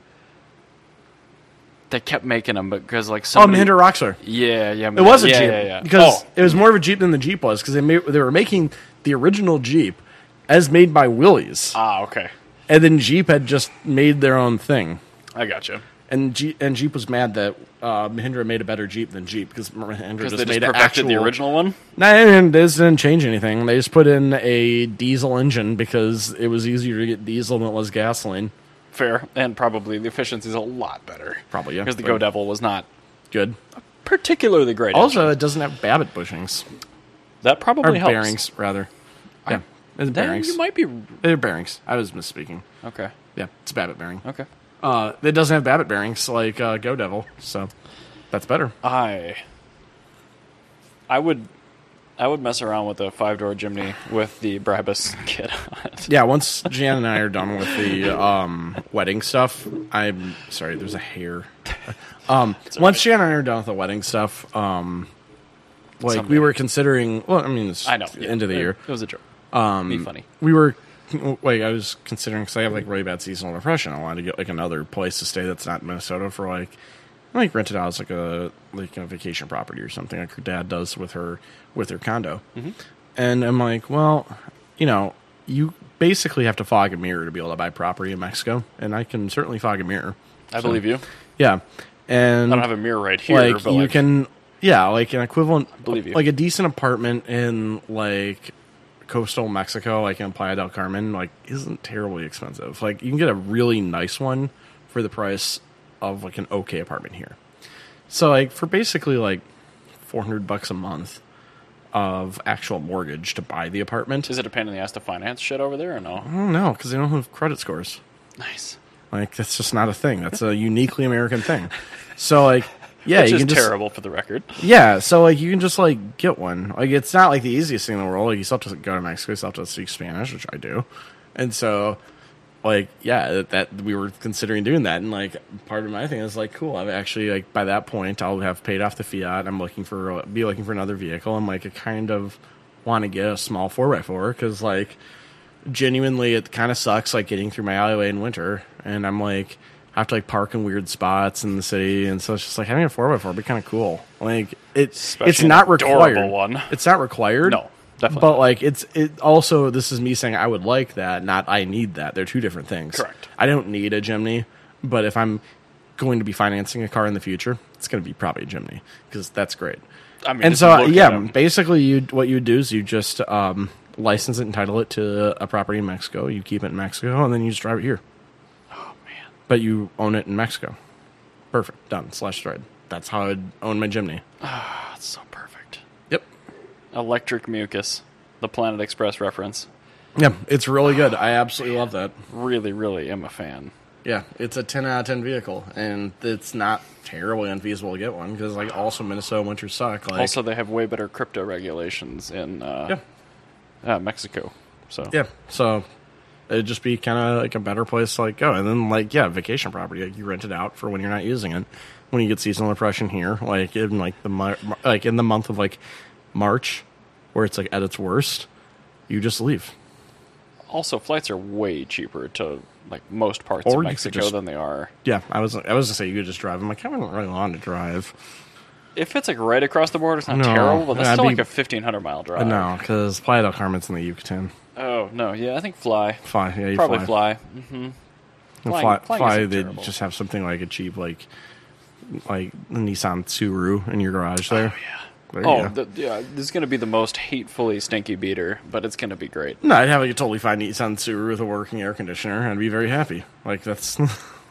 [SPEAKER 1] They kept making them because like
[SPEAKER 2] Oh,
[SPEAKER 1] somebody,
[SPEAKER 2] Mahindra Roxler.
[SPEAKER 1] Yeah, yeah.
[SPEAKER 2] It was a
[SPEAKER 1] yeah,
[SPEAKER 2] Jeep
[SPEAKER 1] Yeah, yeah.
[SPEAKER 2] because
[SPEAKER 1] Oh,
[SPEAKER 2] it was more of a Jeep than the Jeep was because they made, they were making the original Jeep as made by Willys,
[SPEAKER 1] ah, okay.
[SPEAKER 2] and then Jeep had just made their own thing.
[SPEAKER 1] I gotcha.
[SPEAKER 2] And Jeep, and Jeep was mad that uh, Mahindra made a better Jeep than Jeep because Mahindra
[SPEAKER 1] Because
[SPEAKER 2] just,
[SPEAKER 1] they just
[SPEAKER 2] made an
[SPEAKER 1] perfected
[SPEAKER 2] actual.
[SPEAKER 1] the original one.
[SPEAKER 2] No, I mean, this didn't change anything. They just put in a diesel engine because it was easier to get diesel than it was gasoline.
[SPEAKER 1] Fair, and probably the efficiency is a lot better.
[SPEAKER 2] Probably, yeah.
[SPEAKER 1] Because the Go Devil was not
[SPEAKER 2] Good.
[SPEAKER 1] particularly great.
[SPEAKER 2] Also, it doesn't have Babbitt bushings
[SPEAKER 1] that
[SPEAKER 2] or
[SPEAKER 1] probably helps.
[SPEAKER 2] bearings rather. Yeah, it's
[SPEAKER 1] Then
[SPEAKER 2] bearings.
[SPEAKER 1] you might be
[SPEAKER 2] They're bearings. I was misspeaking.
[SPEAKER 1] okay.
[SPEAKER 2] Yeah, it's a Babbitt bearing.
[SPEAKER 1] Okay.
[SPEAKER 2] Uh, it doesn't have Babbitt bearings like uh, Go Devil, so that's better.
[SPEAKER 1] I I would I would mess around with a five door Jimny with the Brabus [laughs] kit on it.
[SPEAKER 2] Yeah, once Jan and I are done with the um, wedding stuff, I'm sorry. There's a hair. Um, once Jan and I are done with the wedding stuff, um, like
[SPEAKER 1] Someday.
[SPEAKER 2] we were considering. Well, I mean, it's
[SPEAKER 1] I know.
[SPEAKER 2] the end of the
[SPEAKER 1] yeah,
[SPEAKER 2] year.
[SPEAKER 1] It was a joke. Um, Be funny.
[SPEAKER 2] We were [laughs] like I was considering because I have like really bad seasonal depression. I wanted to get like another place to stay that's not Minnesota for like like rent it out as like a like a vacation property or something like her dad does with her with her condo.
[SPEAKER 1] Mm-hmm.
[SPEAKER 2] And I'm like, well, you know, you basically have to fog a mirror to be able to buy property in Mexico, and I can certainly fog a mirror.
[SPEAKER 1] I believe you.
[SPEAKER 2] Yeah, and
[SPEAKER 1] I don't have a mirror right here,
[SPEAKER 2] like
[SPEAKER 1] but
[SPEAKER 2] you
[SPEAKER 1] like,
[SPEAKER 2] can yeah like an equivalent
[SPEAKER 1] Believe you.
[SPEAKER 2] like a decent apartment in like coastal mexico like in playa del carmen like isn't terribly expensive like you can get a really nice one for the price of like an okay apartment here so like for basically like 400 bucks a month of actual mortgage to buy the apartment
[SPEAKER 1] is it a pain in the ass to finance shit over there or no?
[SPEAKER 2] i don't know because they don't have credit scores
[SPEAKER 1] Nice.
[SPEAKER 2] like that's just not a thing that's a uniquely american thing so like yeah
[SPEAKER 1] Which
[SPEAKER 2] you
[SPEAKER 1] is
[SPEAKER 2] can just
[SPEAKER 1] terrible for the record.
[SPEAKER 2] Yeah, so like you can just like get one. Like it's not like the easiest thing in the world. Like you still have to go to Mexico, you still have to speak Spanish, which I do. And so like yeah, that, that we were considering doing that and like part of my thing is like cool, I've actually like by that point I'll have paid off the Fiat. I'm looking for uh, be looking for another vehicle. I'm like I kind of want to get a small 4x4 cuz like genuinely it kind of sucks like getting through my alleyway in winter and i'm like i have to like park in weird spots in the city and so it's just like having a 4x4 would be kind of cool like it's it's
[SPEAKER 1] Especially an
[SPEAKER 2] not
[SPEAKER 1] adorable
[SPEAKER 2] required
[SPEAKER 1] one.
[SPEAKER 2] it's not required
[SPEAKER 1] No, definitely
[SPEAKER 2] but
[SPEAKER 1] not.
[SPEAKER 2] like it's it also this is me saying i would like that not i need that they're two different things
[SPEAKER 1] Correct.
[SPEAKER 2] i don't need a jimny but if i'm going to be financing a car in the future it's going to be probably a jimny because that's great
[SPEAKER 1] I mean,
[SPEAKER 2] and
[SPEAKER 1] just
[SPEAKER 2] so uh,
[SPEAKER 1] look at
[SPEAKER 2] yeah,
[SPEAKER 1] 'em.
[SPEAKER 2] basically you what you do is you just um, license it and title it to a property in Mexico. You keep it in Mexico, and then you just drive it here. Oh man! But you own it in Mexico. Perfect. Done. Slash thread. That's how I'd own my Jimny.
[SPEAKER 1] That's so perfect.
[SPEAKER 2] Yep.
[SPEAKER 1] Electric mucus, the Planet Express reference.
[SPEAKER 2] Yeah, it's really good. I absolutely
[SPEAKER 1] Oh,
[SPEAKER 2] love that.
[SPEAKER 1] Really, really am a fan.
[SPEAKER 2] Yeah, it's a ten out of ten vehicle, and it's not terribly unfeasible to get one because like also Minnesota winters suck. Like
[SPEAKER 1] Also, they have way better crypto regulations in uh,
[SPEAKER 2] yeah,
[SPEAKER 1] uh, Mexico. So
[SPEAKER 2] yeah. So it'd just be kind of like a better place to like go, and then like yeah, vacation property like you rent it out for when you're not using it. When you get seasonal depression here, like in like the mar- mar- like in the month of like March, where it's like at its worst, you just leave.
[SPEAKER 1] Also, flights are way cheaper to like most parts
[SPEAKER 2] Or
[SPEAKER 1] of
[SPEAKER 2] you could
[SPEAKER 1] Mexico
[SPEAKER 2] just-
[SPEAKER 1] than they are.
[SPEAKER 2] Yeah, I was I was gonna say you could just drive. I'm like I wouldn't really want to drive.
[SPEAKER 1] If it's like right across the border, it's not
[SPEAKER 2] No,
[SPEAKER 1] terrible. But that's
[SPEAKER 2] I'd
[SPEAKER 1] still
[SPEAKER 2] be-
[SPEAKER 1] like a fifteen hundred mile drive.
[SPEAKER 2] But no, because Playa del Carmen's in the Yucatan.
[SPEAKER 1] Oh no, yeah, I think fly.
[SPEAKER 2] Fly, yeah, you
[SPEAKER 1] Probably
[SPEAKER 2] fly.
[SPEAKER 1] fly.
[SPEAKER 2] And
[SPEAKER 1] Flying-
[SPEAKER 2] fly,
[SPEAKER 1] flying
[SPEAKER 2] fly
[SPEAKER 1] isn't
[SPEAKER 2] they
[SPEAKER 1] terrible.
[SPEAKER 2] just have something like a cheap like like Nissan Tsuru in your garage there. Oh yeah. There
[SPEAKER 1] Oh,
[SPEAKER 2] you go.
[SPEAKER 1] the, yeah, this is going to be the most hatefully stinky beater, but it's going to be great.
[SPEAKER 2] no, I'd have a totally fine Nissan Tsuru with a working air conditioner. I'd be very happy. Like that's [laughs]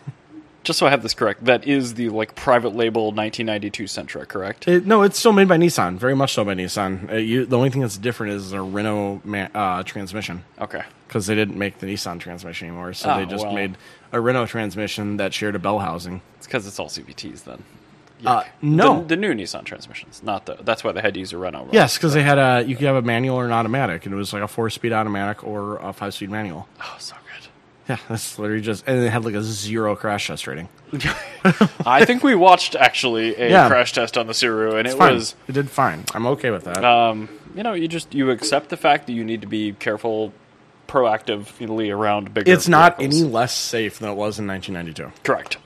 [SPEAKER 1] Just so I have this correct, that is the like private label 1992 Sentra, correct?
[SPEAKER 2] it, no, it's still made by Nissan. Very much so by Nissan. Uh, you, the only thing that's different is their Renault ma- uh, transmission.
[SPEAKER 1] Okay.
[SPEAKER 2] because they didn't make the Nissan transmission anymore, so
[SPEAKER 1] Oh,
[SPEAKER 2] they just
[SPEAKER 1] well.
[SPEAKER 2] made a Renault transmission that shared a bell housing.
[SPEAKER 1] It's because it's all CVTs then.
[SPEAKER 2] Uh,
[SPEAKER 1] Yuck.
[SPEAKER 2] no.
[SPEAKER 1] the, the new Nissan transmissions, not the. That's why they had to use a Renault. right?
[SPEAKER 2] Yes, because they had a you could have a manual or an automatic, and it was like a four speed automatic or a five speed manual.
[SPEAKER 1] Oh, so good.
[SPEAKER 2] Yeah, that's literally just and it had like a zero crash test rating.
[SPEAKER 1] I think we watched actually a
[SPEAKER 2] [laughs] Yeah.
[SPEAKER 1] crash test on the Subaru, and it
[SPEAKER 2] Fine.
[SPEAKER 1] was
[SPEAKER 2] it did fine. I'm okay with that.
[SPEAKER 1] um, you know, you just you accept the fact that you need to be careful, proactively around bigger.
[SPEAKER 2] it's not
[SPEAKER 1] vehicles.
[SPEAKER 2] any less safe than it was in 1992.
[SPEAKER 1] correct.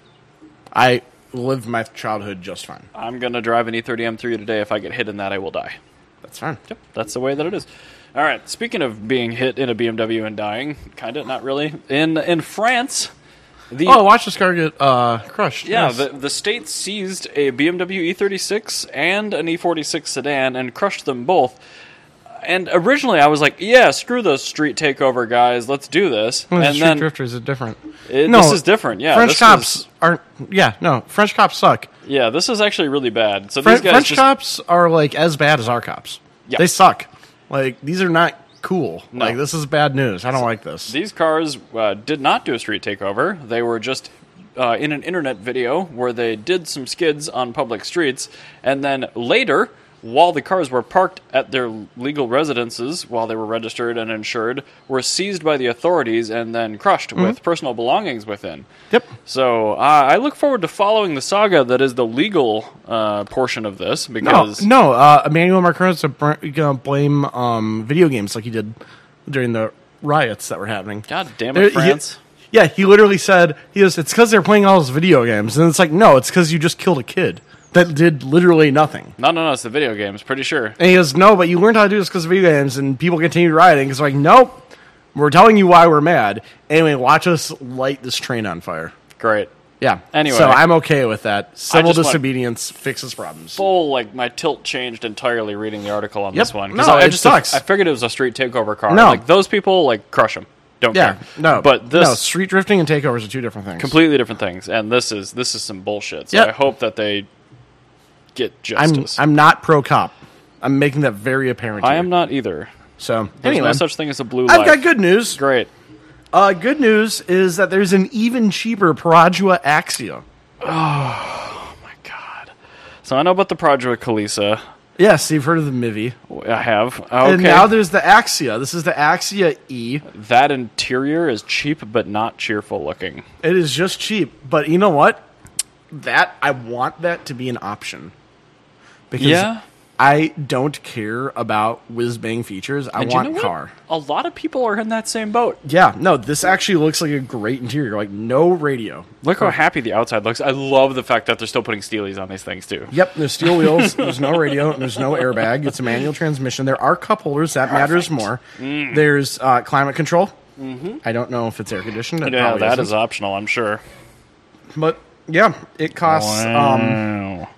[SPEAKER 2] I lived my childhood just fine.
[SPEAKER 1] I'm gonna drive an E E30 M3 today. If I get hit in that, I will die.
[SPEAKER 2] That's fine.
[SPEAKER 1] Yep, that's the way that it is. All right. Speaking of being hit in a BMW and dying, kind of, not really. In in France, the
[SPEAKER 2] Oh, watch this car get uh, crushed.
[SPEAKER 1] Yeah,
[SPEAKER 2] Yes.
[SPEAKER 1] the, the state seized a BMW E36 E and an E46 sedan and crushed them both. And originally, I was like, "Yeah, screw those street takeover guys. Let's do this."
[SPEAKER 2] Well, the
[SPEAKER 1] and
[SPEAKER 2] street
[SPEAKER 1] then,
[SPEAKER 2] drifters are different.
[SPEAKER 1] It- this is different, yeah,
[SPEAKER 2] French
[SPEAKER 1] this
[SPEAKER 2] cops
[SPEAKER 1] is-
[SPEAKER 2] aren't. Yeah, no, French cops suck.
[SPEAKER 1] yeah, this is actually really bad. So
[SPEAKER 2] Fre-
[SPEAKER 1] these guys
[SPEAKER 2] French
[SPEAKER 1] just
[SPEAKER 2] cops are like as bad as our cops.
[SPEAKER 1] Yeah.
[SPEAKER 2] They suck. Like these are not cool. Like this is bad news. I don't like this.
[SPEAKER 1] These cars uh, did not do a street takeover. They were just uh, in an internet video where they did some skids on public streets, and then later, while the cars were parked at their legal residences, while they were registered and insured, were seized by the authorities and then crushed with personal belongings within.
[SPEAKER 2] Mm-hmm. yep.
[SPEAKER 1] So uh, I look forward to following the saga that is the legal uh, portion of this
[SPEAKER 2] No,
[SPEAKER 1] because
[SPEAKER 2] no. Uh, Emmanuel Macron's a br- gonna blame um, video games like he did during the riots that were happening.
[SPEAKER 1] God damn it,
[SPEAKER 2] There- he-
[SPEAKER 1] France.
[SPEAKER 2] yeah, he literally said he goes, "It's because they're playing all those video games," and it's like, no, it's because you just killed a kid that did literally nothing.
[SPEAKER 1] No, no, no, it's the video games. Pretty sure.
[SPEAKER 2] And he goes, "No, but you learned how to do this because of video games." And people continued rioting. It's like, nope, we're telling you why we're mad. Anyway, watch us light this train on fire.
[SPEAKER 1] Great.
[SPEAKER 2] Yeah.
[SPEAKER 1] Anyway.
[SPEAKER 2] so I'm okay with that. Civil
[SPEAKER 1] just want-
[SPEAKER 2] disobedience fixes problems.
[SPEAKER 1] full like my tilt changed entirely reading the article on
[SPEAKER 2] Yep.
[SPEAKER 1] this one. 'Cause
[SPEAKER 2] No,
[SPEAKER 1] I, I
[SPEAKER 2] it sucks.
[SPEAKER 1] I figured it was a street takeover car.
[SPEAKER 2] No.
[SPEAKER 1] like those people like crush them. Don't
[SPEAKER 2] Yeah,
[SPEAKER 1] care.
[SPEAKER 2] no,
[SPEAKER 1] but this
[SPEAKER 2] no, street drifting and takeovers are two different things.
[SPEAKER 1] completely different things, and this is this is some bullshit. So
[SPEAKER 2] Yep.
[SPEAKER 1] I hope that they get
[SPEAKER 2] I'm
[SPEAKER 1] justice.
[SPEAKER 2] I'm not pro cop. I'm making that very apparent.
[SPEAKER 1] I
[SPEAKER 2] here.
[SPEAKER 1] am not either.
[SPEAKER 2] So
[SPEAKER 1] There's
[SPEAKER 2] anyway,
[SPEAKER 1] no such thing as a blue
[SPEAKER 2] I've
[SPEAKER 1] light.
[SPEAKER 2] got good news.
[SPEAKER 1] Great.
[SPEAKER 2] Uh, good news is that there's an even cheaper Paragua Axia.
[SPEAKER 1] My God. So I know about the Project Kalisa.
[SPEAKER 2] Yes, you've heard of the Mivi.
[SPEAKER 1] I have. Okay.
[SPEAKER 2] And now there's the Axia. This is the Axia E.
[SPEAKER 1] that interior is cheap but not cheerful looking.
[SPEAKER 2] It is just cheap, but you know what? That I want that to be an option. Because
[SPEAKER 1] Yeah.
[SPEAKER 2] I don't care about whiz bang features. I
[SPEAKER 1] And you
[SPEAKER 2] want
[SPEAKER 1] know what?
[SPEAKER 2] car.
[SPEAKER 1] A lot of people are in that same boat.
[SPEAKER 2] Yeah, no, this actually looks like a great interior. Like no radio.
[SPEAKER 1] Look how happy the outside looks. I love the fact that they're still putting steelies on these things too.
[SPEAKER 2] Yep, there's
[SPEAKER 1] [laughs]
[SPEAKER 2] steel wheels, there's no radio, and there's no airbag. It's a manual transmission. There are cup holders, that matters more.
[SPEAKER 1] Mm.
[SPEAKER 2] There's uh, climate control. Mm-hmm. I don't know if it's air conditioned. It
[SPEAKER 1] Yeah,
[SPEAKER 2] probably
[SPEAKER 1] that
[SPEAKER 2] isn't.
[SPEAKER 1] is optional, I'm sure.
[SPEAKER 2] But yeah, it costs um,
[SPEAKER 1] Wow.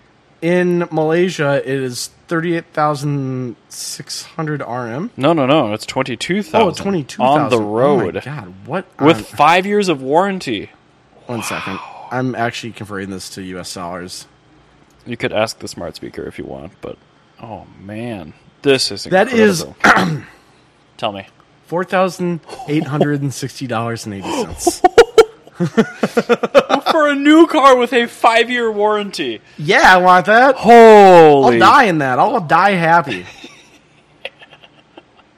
[SPEAKER 2] in Malaysia, it is 38,600 RM.
[SPEAKER 1] no, no, no. It's twenty two
[SPEAKER 2] Oh,
[SPEAKER 1] thousand.
[SPEAKER 2] 22,000.
[SPEAKER 1] on the
[SPEAKER 2] Oh my
[SPEAKER 1] road
[SPEAKER 2] God, what?
[SPEAKER 1] with
[SPEAKER 2] on-
[SPEAKER 1] five years of warranty.
[SPEAKER 2] one second. I'm actually converting this to US dollars.
[SPEAKER 1] You could ask the smart speaker if you want, but oh man, this is
[SPEAKER 2] That is-
[SPEAKER 1] incredible. [clears throat] Tell me,
[SPEAKER 2] $4,860.80.
[SPEAKER 1] for a new car with a five year warranty,
[SPEAKER 2] [laughs] yeah, I want that.
[SPEAKER 1] holy!
[SPEAKER 2] I'll die in that. I'll die happy.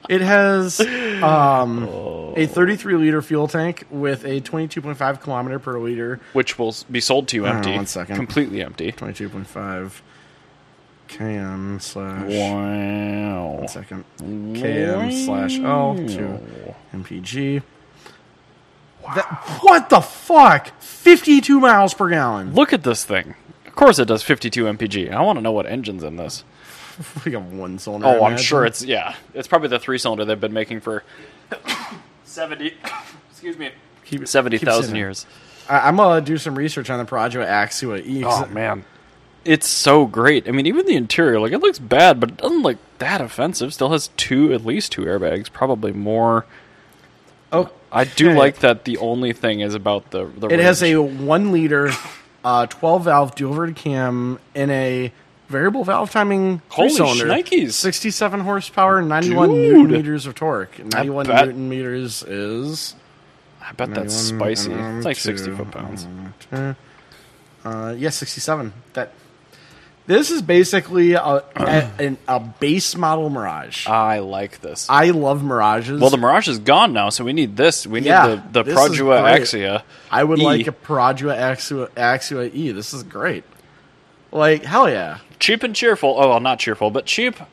[SPEAKER 2] It has um,
[SPEAKER 1] Oh.
[SPEAKER 2] a 33 liter fuel tank with a 22.5 kilometer per liter
[SPEAKER 1] Which will s- be sold to you
[SPEAKER 2] on,
[SPEAKER 1] empty,
[SPEAKER 2] one second.
[SPEAKER 1] completely empty.
[SPEAKER 2] 22.5 km slash
[SPEAKER 1] Wow.
[SPEAKER 2] second km slash l to mpg That- what the fuck 52 miles per gallon [laughs]
[SPEAKER 1] Look at this thing. Of course, it does 52 mpg. I want to know what engine's in this.
[SPEAKER 2] we got one cylinder
[SPEAKER 1] Oh, I'm
[SPEAKER 2] imagine.
[SPEAKER 1] sure it's [coughs] yeah. It's probably the three cylinder they've been making for seventy. [coughs] excuse me,
[SPEAKER 2] Keep it-
[SPEAKER 1] seventy
[SPEAKER 2] keep
[SPEAKER 1] thousand
[SPEAKER 2] sitting.
[SPEAKER 1] years.
[SPEAKER 2] I, I'm gonna do some research on the Project Axe. See what E. 'cause
[SPEAKER 1] Oh man, it's so great. I mean, even the interior, like it looks bad, but it doesn't look that offensive. Still has two, at least two airbags, probably more.
[SPEAKER 2] Oh,
[SPEAKER 1] I do
[SPEAKER 2] Okay.
[SPEAKER 1] like that. The only thing is about the the.
[SPEAKER 2] It has
[SPEAKER 1] range.
[SPEAKER 2] a one liter, uh, twelve valve dual inverted cam in a variable valve timing
[SPEAKER 1] Holy
[SPEAKER 2] cylinder,
[SPEAKER 1] shnikes.
[SPEAKER 2] sixty seven horsepower, ninety one
[SPEAKER 1] Dude.
[SPEAKER 2] newton meters of torque. Ninety one
[SPEAKER 1] bet.
[SPEAKER 2] newton meters is
[SPEAKER 1] I bet that's
[SPEAKER 2] 91,
[SPEAKER 1] spicy.
[SPEAKER 2] um,
[SPEAKER 1] It's like
[SPEAKER 2] two,
[SPEAKER 1] sixty foot pounds.
[SPEAKER 2] uh, yeah sixty seven. That this is basically a, a, an, a base model Mirage.
[SPEAKER 1] I like this.
[SPEAKER 2] I love Mirages.
[SPEAKER 1] well, the Mirage is gone now, so we need this. We need
[SPEAKER 2] Yeah,
[SPEAKER 1] the the
[SPEAKER 2] this is
[SPEAKER 1] Progua
[SPEAKER 2] great.
[SPEAKER 1] Axia.
[SPEAKER 2] I would
[SPEAKER 1] E.
[SPEAKER 2] like a Paradua Axua, Axua E. This is great. Like hell yeah.
[SPEAKER 1] cheap and cheerful. Oh, well, not cheerful, but cheap.
[SPEAKER 2] [laughs]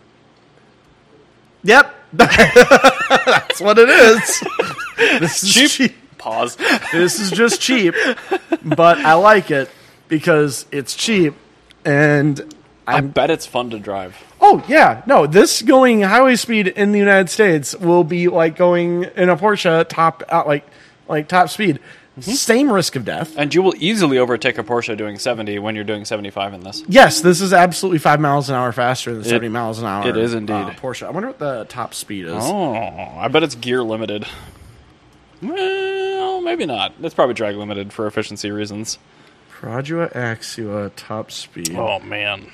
[SPEAKER 2] Yep. That's what it is. [laughs] This is
[SPEAKER 1] Cheap.
[SPEAKER 2] cheap.
[SPEAKER 1] Pause. [laughs]
[SPEAKER 2] This is just cheap, but I like it because it's cheap and
[SPEAKER 1] I bet it's fun to drive.
[SPEAKER 2] oh yeah, no, this going highway speed in the United States will be like going in a Porsche top out like like top speed. Same risk of death.
[SPEAKER 1] And you will easily overtake a Porsche doing 70 when you're doing 75 in this.
[SPEAKER 2] Yes, this is absolutely five miles an hour faster than seventy
[SPEAKER 1] It-
[SPEAKER 2] miles an hour.
[SPEAKER 1] it is indeed.
[SPEAKER 2] uh, Porsche. I wonder what the top speed is.
[SPEAKER 1] Oh, I bet it's gear limited. Well, maybe not. It's probably drag limited for efficiency reasons.
[SPEAKER 2] Paradua Axua top speed.
[SPEAKER 1] Oh man,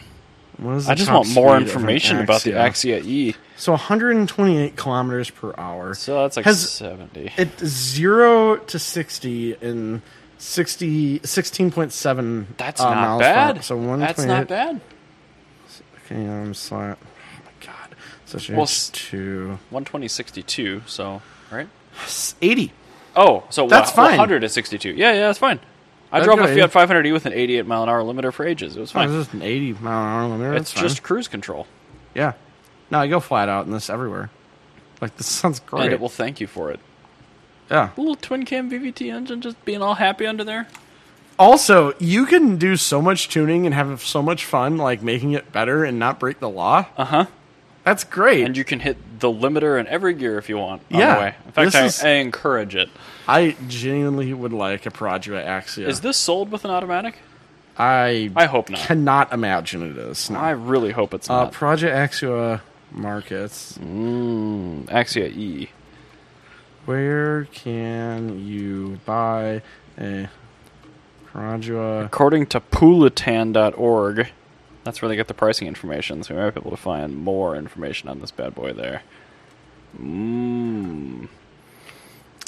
[SPEAKER 2] What is
[SPEAKER 1] I
[SPEAKER 2] the
[SPEAKER 1] just
[SPEAKER 2] top
[SPEAKER 1] want more
[SPEAKER 2] speed of an
[SPEAKER 1] information about the Axia E.
[SPEAKER 2] So 128 kilometers per hour.
[SPEAKER 1] So that's like
[SPEAKER 2] has
[SPEAKER 1] 70.
[SPEAKER 2] it zero to 60 in 60 16.7.
[SPEAKER 1] That's
[SPEAKER 2] uh,
[SPEAKER 1] not
[SPEAKER 2] miles per hour.
[SPEAKER 1] bad.
[SPEAKER 2] So
[SPEAKER 1] that's
[SPEAKER 2] 128.
[SPEAKER 1] not bad.
[SPEAKER 2] Okay, I'm sorry. Oh my god. So it's
[SPEAKER 1] Well, s-
[SPEAKER 2] two
[SPEAKER 1] 120 62. So right.
[SPEAKER 2] 80.
[SPEAKER 1] Oh, so
[SPEAKER 2] That's
[SPEAKER 1] wow,
[SPEAKER 2] fine.
[SPEAKER 1] 100 is 62. Yeah, yeah, that's fine. I
[SPEAKER 2] That's
[SPEAKER 1] drove my
[SPEAKER 2] good.
[SPEAKER 1] Fiat 500e with an 88 mile an hour limiter for ages. It was
[SPEAKER 2] Oh,
[SPEAKER 1] fine.
[SPEAKER 2] this is an 80 mile an hour limit.
[SPEAKER 1] it's
[SPEAKER 2] That's
[SPEAKER 1] just
[SPEAKER 2] fine.
[SPEAKER 1] cruise control,
[SPEAKER 2] yeah. No, I go flat out in this everywhere. Like this [laughs] sounds great.
[SPEAKER 1] and it will thank you for it.
[SPEAKER 2] yeah.
[SPEAKER 1] Little twin cam VVT engine, just being all happy under there.
[SPEAKER 2] Also, you can do so much tuning and have so much fun, like making it better and not break the law. Uh huh. That's great.
[SPEAKER 1] Uh-huh. and you can hit the limiter in every gear if you want. on
[SPEAKER 2] Yeah,
[SPEAKER 1] the way. In fact,
[SPEAKER 2] this
[SPEAKER 1] I,
[SPEAKER 2] is-
[SPEAKER 1] I encourage it.
[SPEAKER 2] I genuinely would like a Paradua Axia.
[SPEAKER 1] Is this sold with an automatic?
[SPEAKER 2] I,
[SPEAKER 1] I hope not.
[SPEAKER 2] cannot imagine it is. No.
[SPEAKER 1] I really hope it's
[SPEAKER 2] uh,
[SPEAKER 1] not.
[SPEAKER 2] Project Axia markets.
[SPEAKER 1] Axia E.
[SPEAKER 2] Where can you buy a Paradua?
[SPEAKER 1] According to Poolatan.org, that's where they get the pricing information. So we might be able to find more information on this bad boy there. Mmm.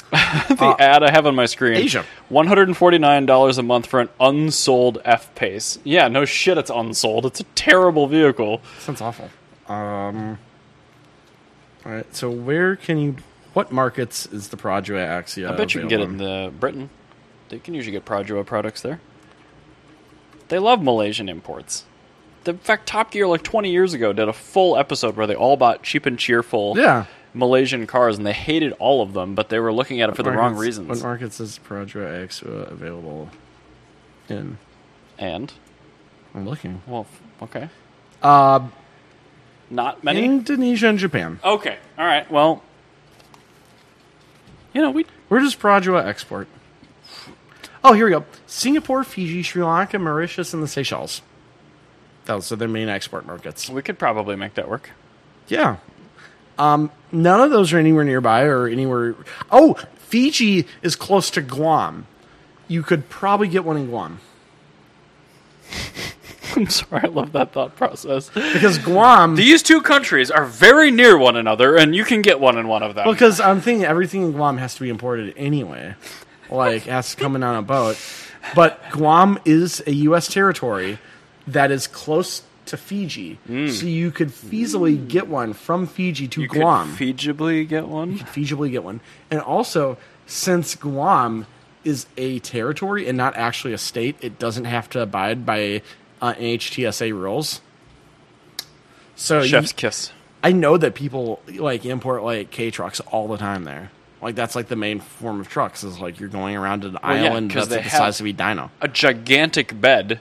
[SPEAKER 1] [laughs] the ad I have on my screen.
[SPEAKER 2] Asia.
[SPEAKER 1] $149 a month for an unsold F Pace. Yeah, no shit, it's unsold. It's a terrible vehicle.
[SPEAKER 2] Sounds awful. Um. All right. So where can you? What markets is the Paradua Axia?
[SPEAKER 1] I bet you can get it
[SPEAKER 2] available
[SPEAKER 1] in the Britain. They can usually get Projoa products there. They love Malaysian imports. The, in fact, Top Gear like 20 years ago did a full episode where they all bought cheap and cheerful
[SPEAKER 2] Yeah.
[SPEAKER 1] Malaysian cars, and they hated all of them, but they were looking at it for the wrong
[SPEAKER 2] markets-
[SPEAKER 1] reasons.
[SPEAKER 2] What markets is Paradra X uh, available in?
[SPEAKER 1] and
[SPEAKER 2] I'm looking.
[SPEAKER 1] well, f- okay,
[SPEAKER 2] Uh,
[SPEAKER 1] not many.
[SPEAKER 2] Indonesia and Japan.
[SPEAKER 1] okay, all right. Well, you know we
[SPEAKER 2] Where does Paradra export? Oh, here we go. Singapore, Fiji, Sri Lanka, Mauritius, and the Seychelles. Those are their main export markets.
[SPEAKER 1] we could probably make that work. [laughs]
[SPEAKER 2] Yeah. Um, none of those are anywhere nearby or anywhere. Oh, Fiji is close to Guam. You could probably get one in Guam.
[SPEAKER 1] I'm sorry, I love that thought process.
[SPEAKER 2] Because Guam.
[SPEAKER 1] These two countries are very near one another, and you can get one in one of them.
[SPEAKER 2] Because I'm thinking everything in Guam has to be imported anyway. Like, has to come in on a boat. But Guam is a U.S. territory that is close to Fiji. So you could feasibly get one from Fiji to Guam.
[SPEAKER 1] Could feasibly get one.
[SPEAKER 2] feasibly get one. And also, since Guam is a territory and not actually a state, it doesn't have to abide by uh, NHTSA rules. So you-
[SPEAKER 1] Chef's kiss.
[SPEAKER 2] I know that people like import like K trucks all the time there. Like that's like the main form of trucks is like you're going around an
[SPEAKER 1] yeah,
[SPEAKER 2] island
[SPEAKER 1] 'cause
[SPEAKER 2] that's
[SPEAKER 1] they
[SPEAKER 2] the
[SPEAKER 1] have-
[SPEAKER 2] size of a dino.
[SPEAKER 1] A gigantic bed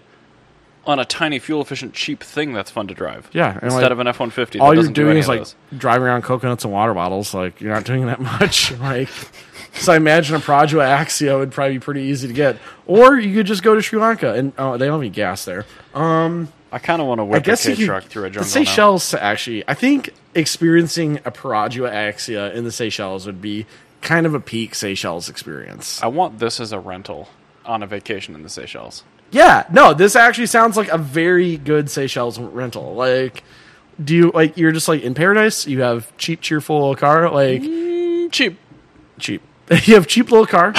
[SPEAKER 1] on a tiny, fuel efficient, cheap thing that's fun to drive.
[SPEAKER 2] Yeah, and,
[SPEAKER 1] instead
[SPEAKER 2] like,
[SPEAKER 1] of an F one fifty.
[SPEAKER 2] all you're doing is like driving around coconuts and water bottles. Like you're not doing that [laughs] much. like, so I imagine a Prado Axio would probably be pretty easy to get, or you could just go to Sri Lanka and oh, they don't have any gas there.
[SPEAKER 1] I kind of want to
[SPEAKER 2] I
[SPEAKER 1] whip a
[SPEAKER 2] guess you
[SPEAKER 1] K
[SPEAKER 2] could-
[SPEAKER 1] truck through a jungle.
[SPEAKER 2] The Seychelles actually, I think experiencing a Paragua Axia in the Seychelles would be kind of a peak Seychelles experience.
[SPEAKER 1] Now. I want this as a rental on a vacation in the Seychelles.
[SPEAKER 2] Yeah, no, this actually sounds like a very good Seychelles rental. Like, do you like you're just like in paradise? You have cheap, cheerful little car, like
[SPEAKER 1] Mm, Cheap.
[SPEAKER 2] cheap. [laughs] You have cheap little car.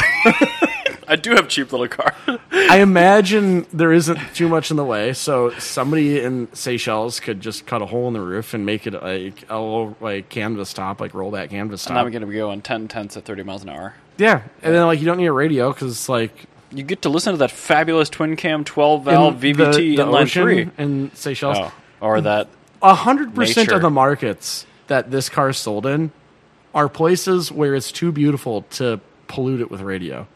[SPEAKER 1] I do have cheap little car. [laughs]
[SPEAKER 2] I imagine there isn't too much in the way, so somebody in Seychelles could just cut a hole in the roof and make it like a little like canvas top, like roll that canvas top.
[SPEAKER 1] and I'm going to be going ten tenths at thirty miles an hour.
[SPEAKER 2] Yeah, and then like you don't need a radio because like
[SPEAKER 1] You get to listen to that fabulous twin cam twelve valve
[SPEAKER 2] in
[SPEAKER 1] VVT inline
[SPEAKER 2] ocean
[SPEAKER 1] three.
[SPEAKER 2] in Seychelles,
[SPEAKER 1] Oh, or that
[SPEAKER 2] a hundred percent
[SPEAKER 1] Nature.
[SPEAKER 2] of the markets that this car is sold in are places where it's too beautiful to pollute it with radio.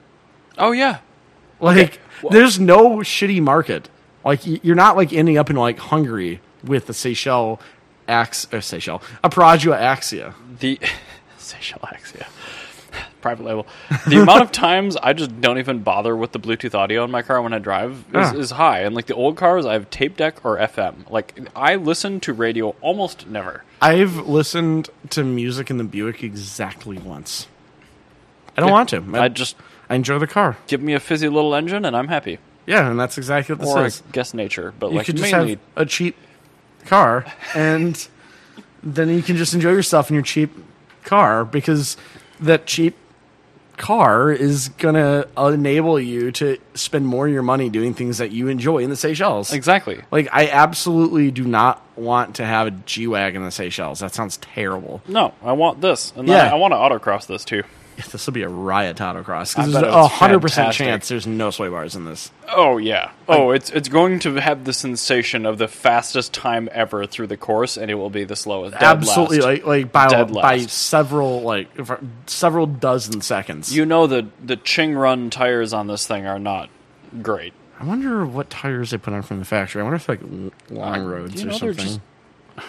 [SPEAKER 1] Oh yeah.
[SPEAKER 2] Like there's no shitty market. Like y- you're not like ending up in like Hungary with the Seychelles ax or Seychelles a Paragua Axia.
[SPEAKER 1] The [laughs] Seychelles Axia. Private label. The amount
[SPEAKER 2] [laughs]
[SPEAKER 1] of times I just don't even bother with the Bluetooth audio in my car when I drive is,
[SPEAKER 2] Ah.
[SPEAKER 1] is high. And like the old cars, I have tape deck or FM. Like I listen to radio almost never.
[SPEAKER 2] I've listened to music in the Buick exactly once. I don't want to. I,
[SPEAKER 1] I just
[SPEAKER 2] I enjoy the car.
[SPEAKER 1] give me a fizzy little engine and I'm happy.
[SPEAKER 2] Yeah, and that's exactly what this
[SPEAKER 1] Or I
[SPEAKER 2] is.
[SPEAKER 1] guess nature, but
[SPEAKER 2] You
[SPEAKER 1] like
[SPEAKER 2] could just
[SPEAKER 1] mainly
[SPEAKER 2] have a cheap car, and then you can just enjoy yourself in your cheap car because that cheap car is gonna enable you to spend more of your money doing things that you enjoy in the Seychelles.
[SPEAKER 1] exactly.
[SPEAKER 2] Like I absolutely do not want to have a G wagon in the Seychelles. That sounds terrible.
[SPEAKER 1] No, I want this, and then
[SPEAKER 2] Yeah.
[SPEAKER 1] I want to autocross this too.
[SPEAKER 2] This will be a riot autocross
[SPEAKER 1] I
[SPEAKER 2] because
[SPEAKER 1] bet
[SPEAKER 2] there's a
[SPEAKER 1] it's
[SPEAKER 2] hundred percent
[SPEAKER 1] fantastic.
[SPEAKER 2] chance there's no sway bars in this.
[SPEAKER 1] Oh yeah. Oh, it's it's going to have the sensation of the fastest time ever through the course, and it will be the slowest. Dead
[SPEAKER 2] absolutely
[SPEAKER 1] last.
[SPEAKER 2] like like by
[SPEAKER 1] Dead
[SPEAKER 2] by
[SPEAKER 1] last.
[SPEAKER 2] several like f- several dozen seconds.
[SPEAKER 1] You know the the Ching Run tires on this thing are not great.
[SPEAKER 2] I wonder what tires they put on from the factory. I wonder if like l- long roads
[SPEAKER 1] you
[SPEAKER 2] or
[SPEAKER 1] know they're
[SPEAKER 2] something.
[SPEAKER 1] just-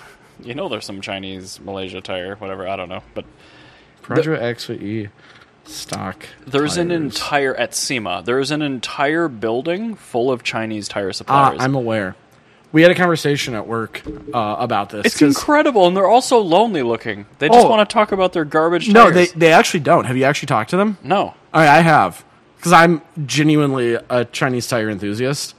[SPEAKER 1] You know there's some Chinese Malaysia tire, whatever. I don't know, but
[SPEAKER 2] Project X with E stock.
[SPEAKER 1] there's an
[SPEAKER 2] tires.
[SPEAKER 1] entire at SEMA. There is an entire building full of Chinese tire
[SPEAKER 2] Ah,
[SPEAKER 1] suppliers.
[SPEAKER 2] I'm aware. We had a conversation at work uh, about this.
[SPEAKER 1] it's
[SPEAKER 2] 'cause-
[SPEAKER 1] incredible, and they're also lonely looking. They just
[SPEAKER 2] Oh.
[SPEAKER 1] want to talk about their garbage.
[SPEAKER 2] No, they Uh.
[SPEAKER 1] tires.
[SPEAKER 2] they actually don't. Have you actually talked to them?
[SPEAKER 1] no.
[SPEAKER 2] All right, I have because I'm genuinely a Chinese tire enthusiast.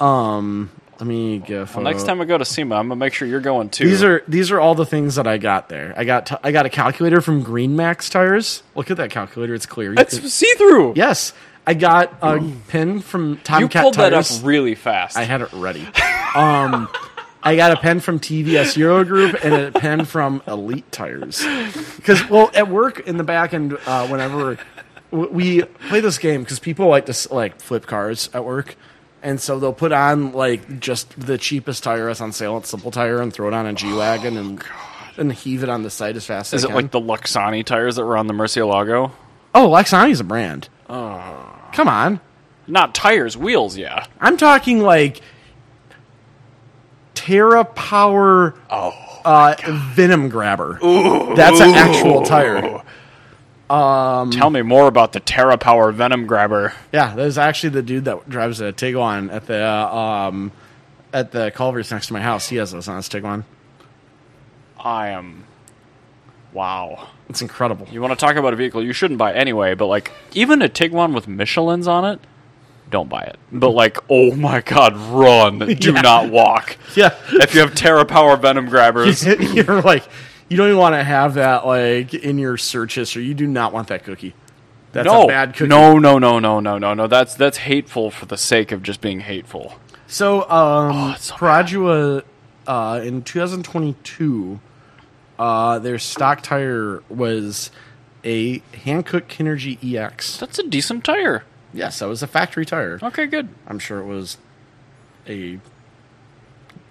[SPEAKER 2] Um, let me get a photo.
[SPEAKER 1] Next time I go to SEMA, I'm gonna make sure you're going too.
[SPEAKER 2] These are these are all the things that I got there. I got t- I got a calculator from Green Max Tires. Look at that calculator; it's clear. You can-
[SPEAKER 1] it's see through.
[SPEAKER 2] yes, I got a pin from
[SPEAKER 1] you
[SPEAKER 2] Tomcat
[SPEAKER 1] pulled that up
[SPEAKER 2] Tires.
[SPEAKER 1] really fast.
[SPEAKER 2] I had it ready. Um, I got a pen from TVS Eurogroup and a pen from Elite Tires. Because well, at work in the back end, uh, whenever w- we play this game, because people like to s- like flip cars at work, and so they'll put on like just the cheapest tire that's on sale at Simple Tire and throw it on a G wagon and and heave it on the site as fast
[SPEAKER 1] Oh, Is
[SPEAKER 2] as
[SPEAKER 1] it like the Luxani tires that were on the Murcielago?
[SPEAKER 2] oh Lexani's a brand. Oh, come on.
[SPEAKER 1] Not tires, wheels. Yeah.
[SPEAKER 2] I'm talking like Terra Power
[SPEAKER 1] Oh,
[SPEAKER 2] uh, Venom Grabber. That's an actual tire.
[SPEAKER 1] Tell me more about the Terra Power Venom Grabber.
[SPEAKER 2] Yeah, that is actually the dude that drives a Tiguan at the uh, um, at the Culver's next to my house. He has those on his Tiguan.
[SPEAKER 1] I am. Wow.
[SPEAKER 2] It's incredible.
[SPEAKER 1] You want to talk about a vehicle you shouldn't buy anyway, but like even a Tiguan with Michelin's on it, don't buy it. But like, oh my god,
[SPEAKER 2] [laughs]
[SPEAKER 1] run! Do not walk.
[SPEAKER 2] Yeah, [laughs]
[SPEAKER 1] If you have Terra Power Venom Grabbers,
[SPEAKER 2] you're like you don't even want to have that like in your search history. You do not want that cookie. [laughs] That's
[SPEAKER 1] no,
[SPEAKER 2] a bad cookie.
[SPEAKER 1] no, no, no, no, no, no, no. That's that's hateful for the sake of just being hateful.
[SPEAKER 2] So, um,
[SPEAKER 1] it's so
[SPEAKER 2] Paragua, uh, in 2022, uh, their stock tire was a Hankook Kinergy EX.
[SPEAKER 1] That's a decent tire.
[SPEAKER 2] Yes, that was a factory tire.
[SPEAKER 1] Okay, good.
[SPEAKER 2] I'm sure it was a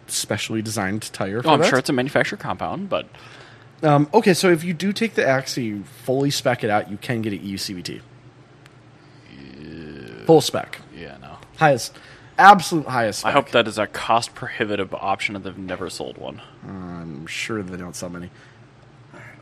[SPEAKER 2] specially designed tire. For
[SPEAKER 1] Well, Oh, I'm
[SPEAKER 2] that.
[SPEAKER 1] sure it's a manufacturer compound, but
[SPEAKER 2] Um, okay, so if you do take the axle, you fully spec it E out, you can get an EUCVT. Full spec.
[SPEAKER 1] yeah, no.
[SPEAKER 2] highest absolute highest.
[SPEAKER 1] I
[SPEAKER 2] Spec.
[SPEAKER 1] hope that is a cost prohibitive option and they've never sold one.
[SPEAKER 2] Uh, I'm sure they don't sell many.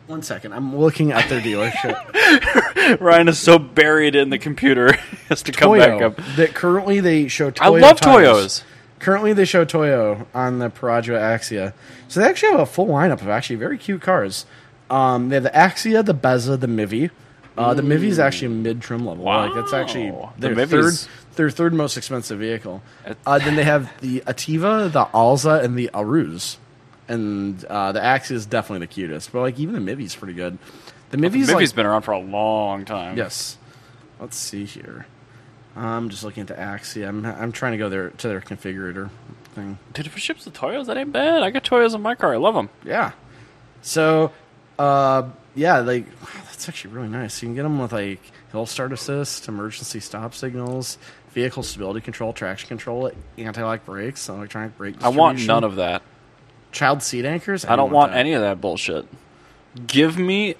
[SPEAKER 2] One second, I'm looking at their dealership.
[SPEAKER 1] Ryan is so buried in the computer, [laughs] he has to come back
[SPEAKER 2] Toyo.
[SPEAKER 1] up.
[SPEAKER 2] That currently they show. Toyo
[SPEAKER 1] I love
[SPEAKER 2] tires.
[SPEAKER 1] Toyos.
[SPEAKER 2] Currently they show Toyo on the Paragua Axia, so they actually have a full lineup of actually very cute cars. Um, they have the Axia, the Beza, the Mivi. Uh, the Mivi is actually a mid trim level. Like that's actually
[SPEAKER 1] Mm. Wow. The
[SPEAKER 2] their third
[SPEAKER 1] Mivi's-
[SPEAKER 2] their third most expensive vehicle. Uh, then they have the Ativa, the Alza, and the Aruz. And uh, the Axia is definitely the cutest, but like even the Mivi's pretty good. The Mivi's
[SPEAKER 1] Mivi's
[SPEAKER 2] like,
[SPEAKER 1] been around for a long time.
[SPEAKER 2] Yes. Let's see here. I'm just looking at the Axie. I'm I'm trying to go there to their configurator thing.
[SPEAKER 1] Dude, if it ships with Toyos, that ain't bad. I got Toyos in my car. I love them.
[SPEAKER 2] Yeah. So, uh, yeah, like that's actually really nice. You can get them with like hill start assist, emergency stop signals, vehicle stability control, traction control, anti-lock brakes, electronic brake.
[SPEAKER 1] I want
[SPEAKER 2] distribution,
[SPEAKER 1] none of that.
[SPEAKER 2] child seat anchors.
[SPEAKER 1] I don't want any of that bullshit. Give me.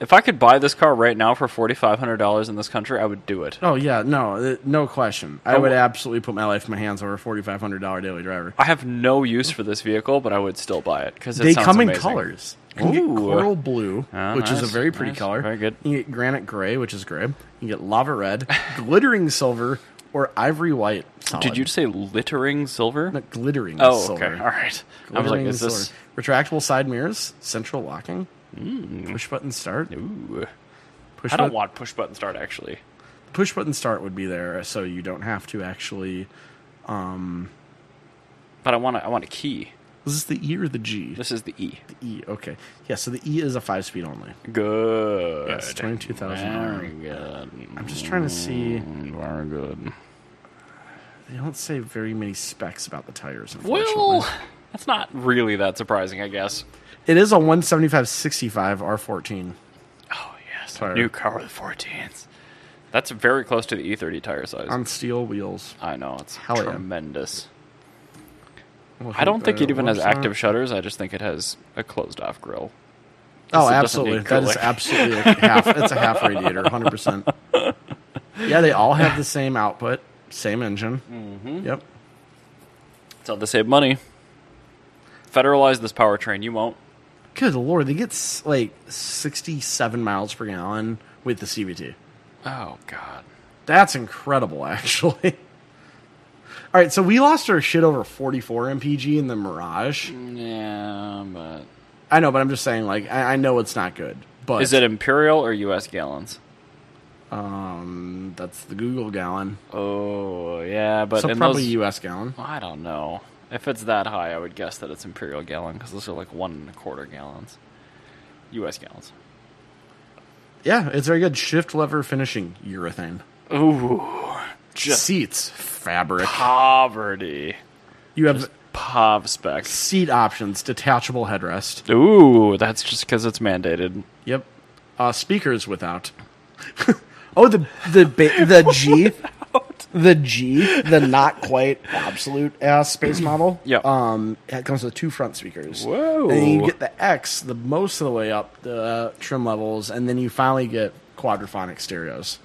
[SPEAKER 1] If I could buy this car right now for forty five hundred dollars in this country, I would do it.
[SPEAKER 2] Oh yeah, no, uh, no question. I
[SPEAKER 1] I
[SPEAKER 2] would
[SPEAKER 1] wa-
[SPEAKER 2] absolutely put my life in my hands over a forty-five hundred dollar daily driver.
[SPEAKER 1] I have no use for this vehicle, but I would still buy it because
[SPEAKER 2] they come in colors. You can
[SPEAKER 1] Ooh.
[SPEAKER 2] get coral blue,
[SPEAKER 1] Ah,
[SPEAKER 2] which is a
[SPEAKER 1] nice,
[SPEAKER 2] very pretty
[SPEAKER 1] nice,
[SPEAKER 2] color.
[SPEAKER 1] very good.
[SPEAKER 2] You can get granite gray, which is gray. You can get lava
[SPEAKER 1] [laughs]
[SPEAKER 2] red, glittering silver, or ivory white. Solid.
[SPEAKER 1] Did you say littering silver?
[SPEAKER 2] Not glittering
[SPEAKER 1] oh,
[SPEAKER 2] silver?
[SPEAKER 1] okay, all right. I was like,
[SPEAKER 2] Glittering
[SPEAKER 1] is this?
[SPEAKER 2] silver. retractable side mirrors, central locking, push button start?
[SPEAKER 1] Ooh.
[SPEAKER 2] Push
[SPEAKER 1] Hmm. I don't
[SPEAKER 2] button-
[SPEAKER 1] want push button start actually.
[SPEAKER 2] push button start would be there, so you don't have to actually.
[SPEAKER 1] But I want to. I want a key.
[SPEAKER 2] Is this the E or the G?
[SPEAKER 1] This is the E.
[SPEAKER 2] The E. Okay. Yeah. So the E is a five speed only.
[SPEAKER 1] Good.
[SPEAKER 2] Yes, 22,000
[SPEAKER 1] Very good.
[SPEAKER 2] I'm just trying to see.
[SPEAKER 1] Hmm. Very good.
[SPEAKER 2] They don't say very many specs about the tires. unfortunately.
[SPEAKER 1] Well, that's not really that surprising, I guess.
[SPEAKER 2] It is a 175 65 R14.
[SPEAKER 1] Oh yes,
[SPEAKER 2] Tire.
[SPEAKER 1] new car with 14s. That's very close to the E30 tire size.
[SPEAKER 2] On steel wheels.
[SPEAKER 1] I know it's
[SPEAKER 2] Um, Hell yeah.
[SPEAKER 1] tremendous. I don't think it even has active shutters. I just think it has a closed off grill.
[SPEAKER 2] Oh,
[SPEAKER 1] doesn't
[SPEAKER 2] absolutely.
[SPEAKER 1] need
[SPEAKER 2] That is
[SPEAKER 1] acrylic.
[SPEAKER 2] absolutely a half. It's a
[SPEAKER 1] [laughs]
[SPEAKER 2] half radiator, 100%. Yeah, they all have the same output, same engine. Mm-hmm. Yep.
[SPEAKER 1] It's how they save money. Federalize this powertrain. You won't.
[SPEAKER 2] Good lord, they get s- like 67 miles per gallon with the CVT.
[SPEAKER 1] Oh God.
[SPEAKER 2] That's incredible, [laughs] actually. All right, so we lost our shit over 44 MPG in the Mirage.
[SPEAKER 1] Yeah, but
[SPEAKER 2] I know, but I'm just saying, like, I, I know it's not good. But
[SPEAKER 1] is it imperial or U.S. gallons?
[SPEAKER 2] Um, that's the Google gallon.
[SPEAKER 1] Oh yeah, but
[SPEAKER 2] so
[SPEAKER 1] in
[SPEAKER 2] probably
[SPEAKER 1] those,
[SPEAKER 2] U.S. gallon.
[SPEAKER 1] I don't know. If it's that high, I would guess that it's imperial gallon because those are like one and a quarter gallons, U.S. gallons.
[SPEAKER 2] Yeah, it's very good. Shift lever finishing urethane.
[SPEAKER 1] Ooh, just
[SPEAKER 2] Seats fabric.
[SPEAKER 1] poverty.
[SPEAKER 2] You have
[SPEAKER 1] Pov specs.
[SPEAKER 2] seat options. Detachable headrest.
[SPEAKER 1] Ooh, that's just because it's mandated.
[SPEAKER 2] Yep. Uh, speakers without. [laughs] oh, the the ba- the G, the G, the not quite absolute
[SPEAKER 1] [clears throat]
[SPEAKER 2] ass space model.
[SPEAKER 1] Yep.
[SPEAKER 2] Um, it comes with two front speakers.
[SPEAKER 1] Whoa.
[SPEAKER 2] And you get the X the most of the way up the trim levels, and then you finally get quadraphonic stereos.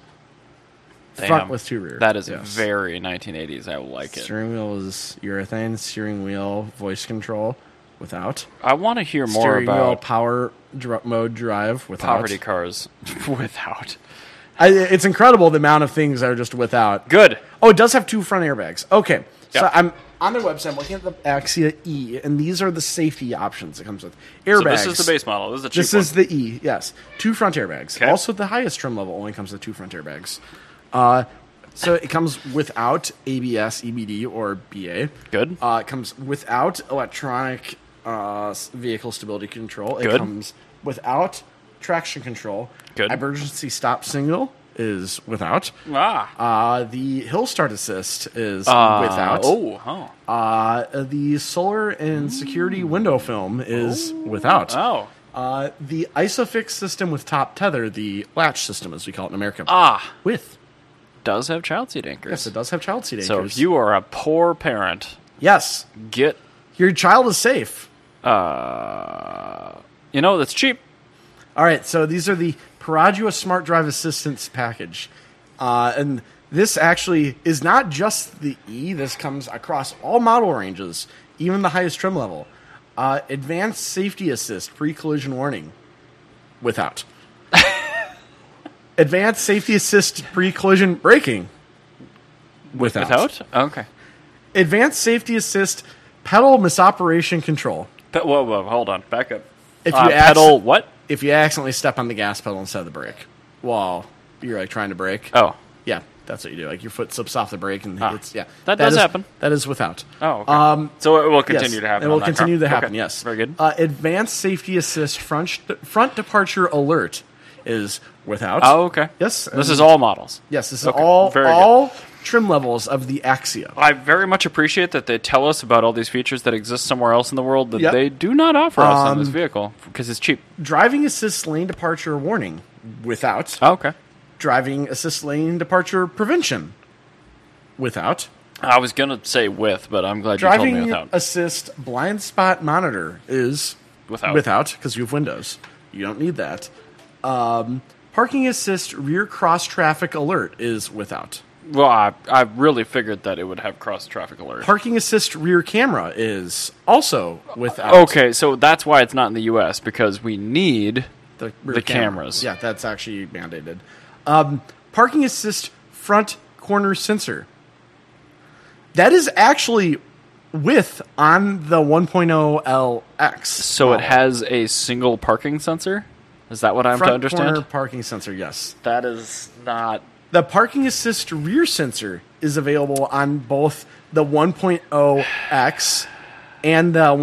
[SPEAKER 2] Front with two rear.
[SPEAKER 1] That is
[SPEAKER 2] Yes.
[SPEAKER 1] very 1980s. I like it.
[SPEAKER 2] Steering wheel is urethane. Steering wheel voice control without.
[SPEAKER 1] I want to hear more
[SPEAKER 2] steering wheel
[SPEAKER 1] about
[SPEAKER 2] power dr- mode drive without.
[SPEAKER 1] poverty cars [laughs] without.
[SPEAKER 2] I, it's incredible the amount of things that are just without.
[SPEAKER 1] Good.
[SPEAKER 2] Oh, it does have two front airbags. Okay. So
[SPEAKER 1] Yeah.
[SPEAKER 2] I'm on their website. I'm looking at the Axia E, and these are the safety options it comes with. Airbags.
[SPEAKER 1] So this is the base model. This is a cheap
[SPEAKER 2] This
[SPEAKER 1] one.
[SPEAKER 2] is the E, yes. Two front airbags.
[SPEAKER 1] Okay.
[SPEAKER 2] Also, the highest trim level only comes with two front airbags. Uh, so it comes without ABS, EBD, E or BA.
[SPEAKER 1] Good.
[SPEAKER 2] Uh, it comes without electronic uh, s- vehicle stability control. It
[SPEAKER 1] Good.
[SPEAKER 2] comes without traction control.
[SPEAKER 1] Good.
[SPEAKER 2] Emergency stop signal is without.
[SPEAKER 1] ah.
[SPEAKER 2] Uh, the hill start assist is
[SPEAKER 1] Uh,
[SPEAKER 2] without.
[SPEAKER 1] Oh, oh,
[SPEAKER 2] Uh, the solar and security window film is without.
[SPEAKER 1] oh.
[SPEAKER 2] Uh, the ISOFIX system with top tether, the latch system as we call it in America,
[SPEAKER 1] Ah,
[SPEAKER 2] with
[SPEAKER 1] does have child seat anchors.
[SPEAKER 2] yes, it does have child seat anchors.
[SPEAKER 1] so if you are a poor parent,
[SPEAKER 2] yes,
[SPEAKER 1] get
[SPEAKER 2] your child is safe.
[SPEAKER 1] uh, you know that's cheap.
[SPEAKER 2] All right, so these are the Paragua Smart Drive Assistance package. Uh, and this actually is not just the E. This comes across all model ranges, even the highest trim level. Uh, advanced safety assist pre-collision warning,
[SPEAKER 1] [laughs]
[SPEAKER 2] without. advanced safety assist pre-collision braking, without.
[SPEAKER 1] Without? Okay.
[SPEAKER 2] Advanced safety assist pedal misoperation control.
[SPEAKER 1] Pe- whoa, whoa, hold on. Back up.
[SPEAKER 2] If
[SPEAKER 1] Uh,
[SPEAKER 2] you acc-
[SPEAKER 1] pedal what?
[SPEAKER 2] if you accidentally step on the gas pedal instead of the brake while you're like trying to brake.
[SPEAKER 1] Oh.
[SPEAKER 2] Yeah, that's what you do. Like your foot slips off the brake and it's yeah.
[SPEAKER 1] Ah. That does
[SPEAKER 2] is-
[SPEAKER 1] happen.
[SPEAKER 2] That is without.
[SPEAKER 1] Oh, okay.
[SPEAKER 2] Um,
[SPEAKER 1] so it will continue
[SPEAKER 2] yes,
[SPEAKER 1] to happen.
[SPEAKER 2] It will
[SPEAKER 1] on that
[SPEAKER 2] continue
[SPEAKER 1] car.
[SPEAKER 2] to happen.
[SPEAKER 1] Okay.
[SPEAKER 2] Yes.
[SPEAKER 1] Very good.
[SPEAKER 2] Uh, advanced safety assist front sh- front departure alert is without.
[SPEAKER 1] oh, okay.
[SPEAKER 2] Yes,
[SPEAKER 1] This
[SPEAKER 2] and-
[SPEAKER 1] is all models.
[SPEAKER 2] Yes, this is
[SPEAKER 1] Okay,
[SPEAKER 2] all
[SPEAKER 1] very good.
[SPEAKER 2] all trim levels of the Axia.
[SPEAKER 1] I very much appreciate that they tell us about all these features that exist somewhere else in the world that
[SPEAKER 2] Yep.
[SPEAKER 1] they do not offer us on this
[SPEAKER 2] Um,
[SPEAKER 1] vehicle because it's cheap.
[SPEAKER 2] Driving assist lane departure warning without.
[SPEAKER 1] Oh, [laughs] okay.
[SPEAKER 2] Driving assist lane departure prevention without.
[SPEAKER 1] I was gonna say with, but I'm glad you told me
[SPEAKER 2] driving
[SPEAKER 1] without.
[SPEAKER 2] assist blind spot monitor is
[SPEAKER 1] Without.
[SPEAKER 2] without because you have windows you don't need that um, parking assist rear cross traffic alert is without
[SPEAKER 1] well, I, I really figured that it would have cross traffic alert.
[SPEAKER 2] parking assist rear camera is also without
[SPEAKER 1] Okay, so that's why it's not in the U.S. because we need
[SPEAKER 2] the,
[SPEAKER 1] the
[SPEAKER 2] camera.
[SPEAKER 1] cameras.
[SPEAKER 2] yeah that's actually mandated um, parking assist front corner sensor that is actually with on the 1.0 lx
[SPEAKER 1] So it has a single parking sensor. Is that what I'm
[SPEAKER 2] front
[SPEAKER 1] to understand?
[SPEAKER 2] corner parking sensor yes
[SPEAKER 1] That is not.
[SPEAKER 2] The parking assist rear sensor is available on both the 1.0X and the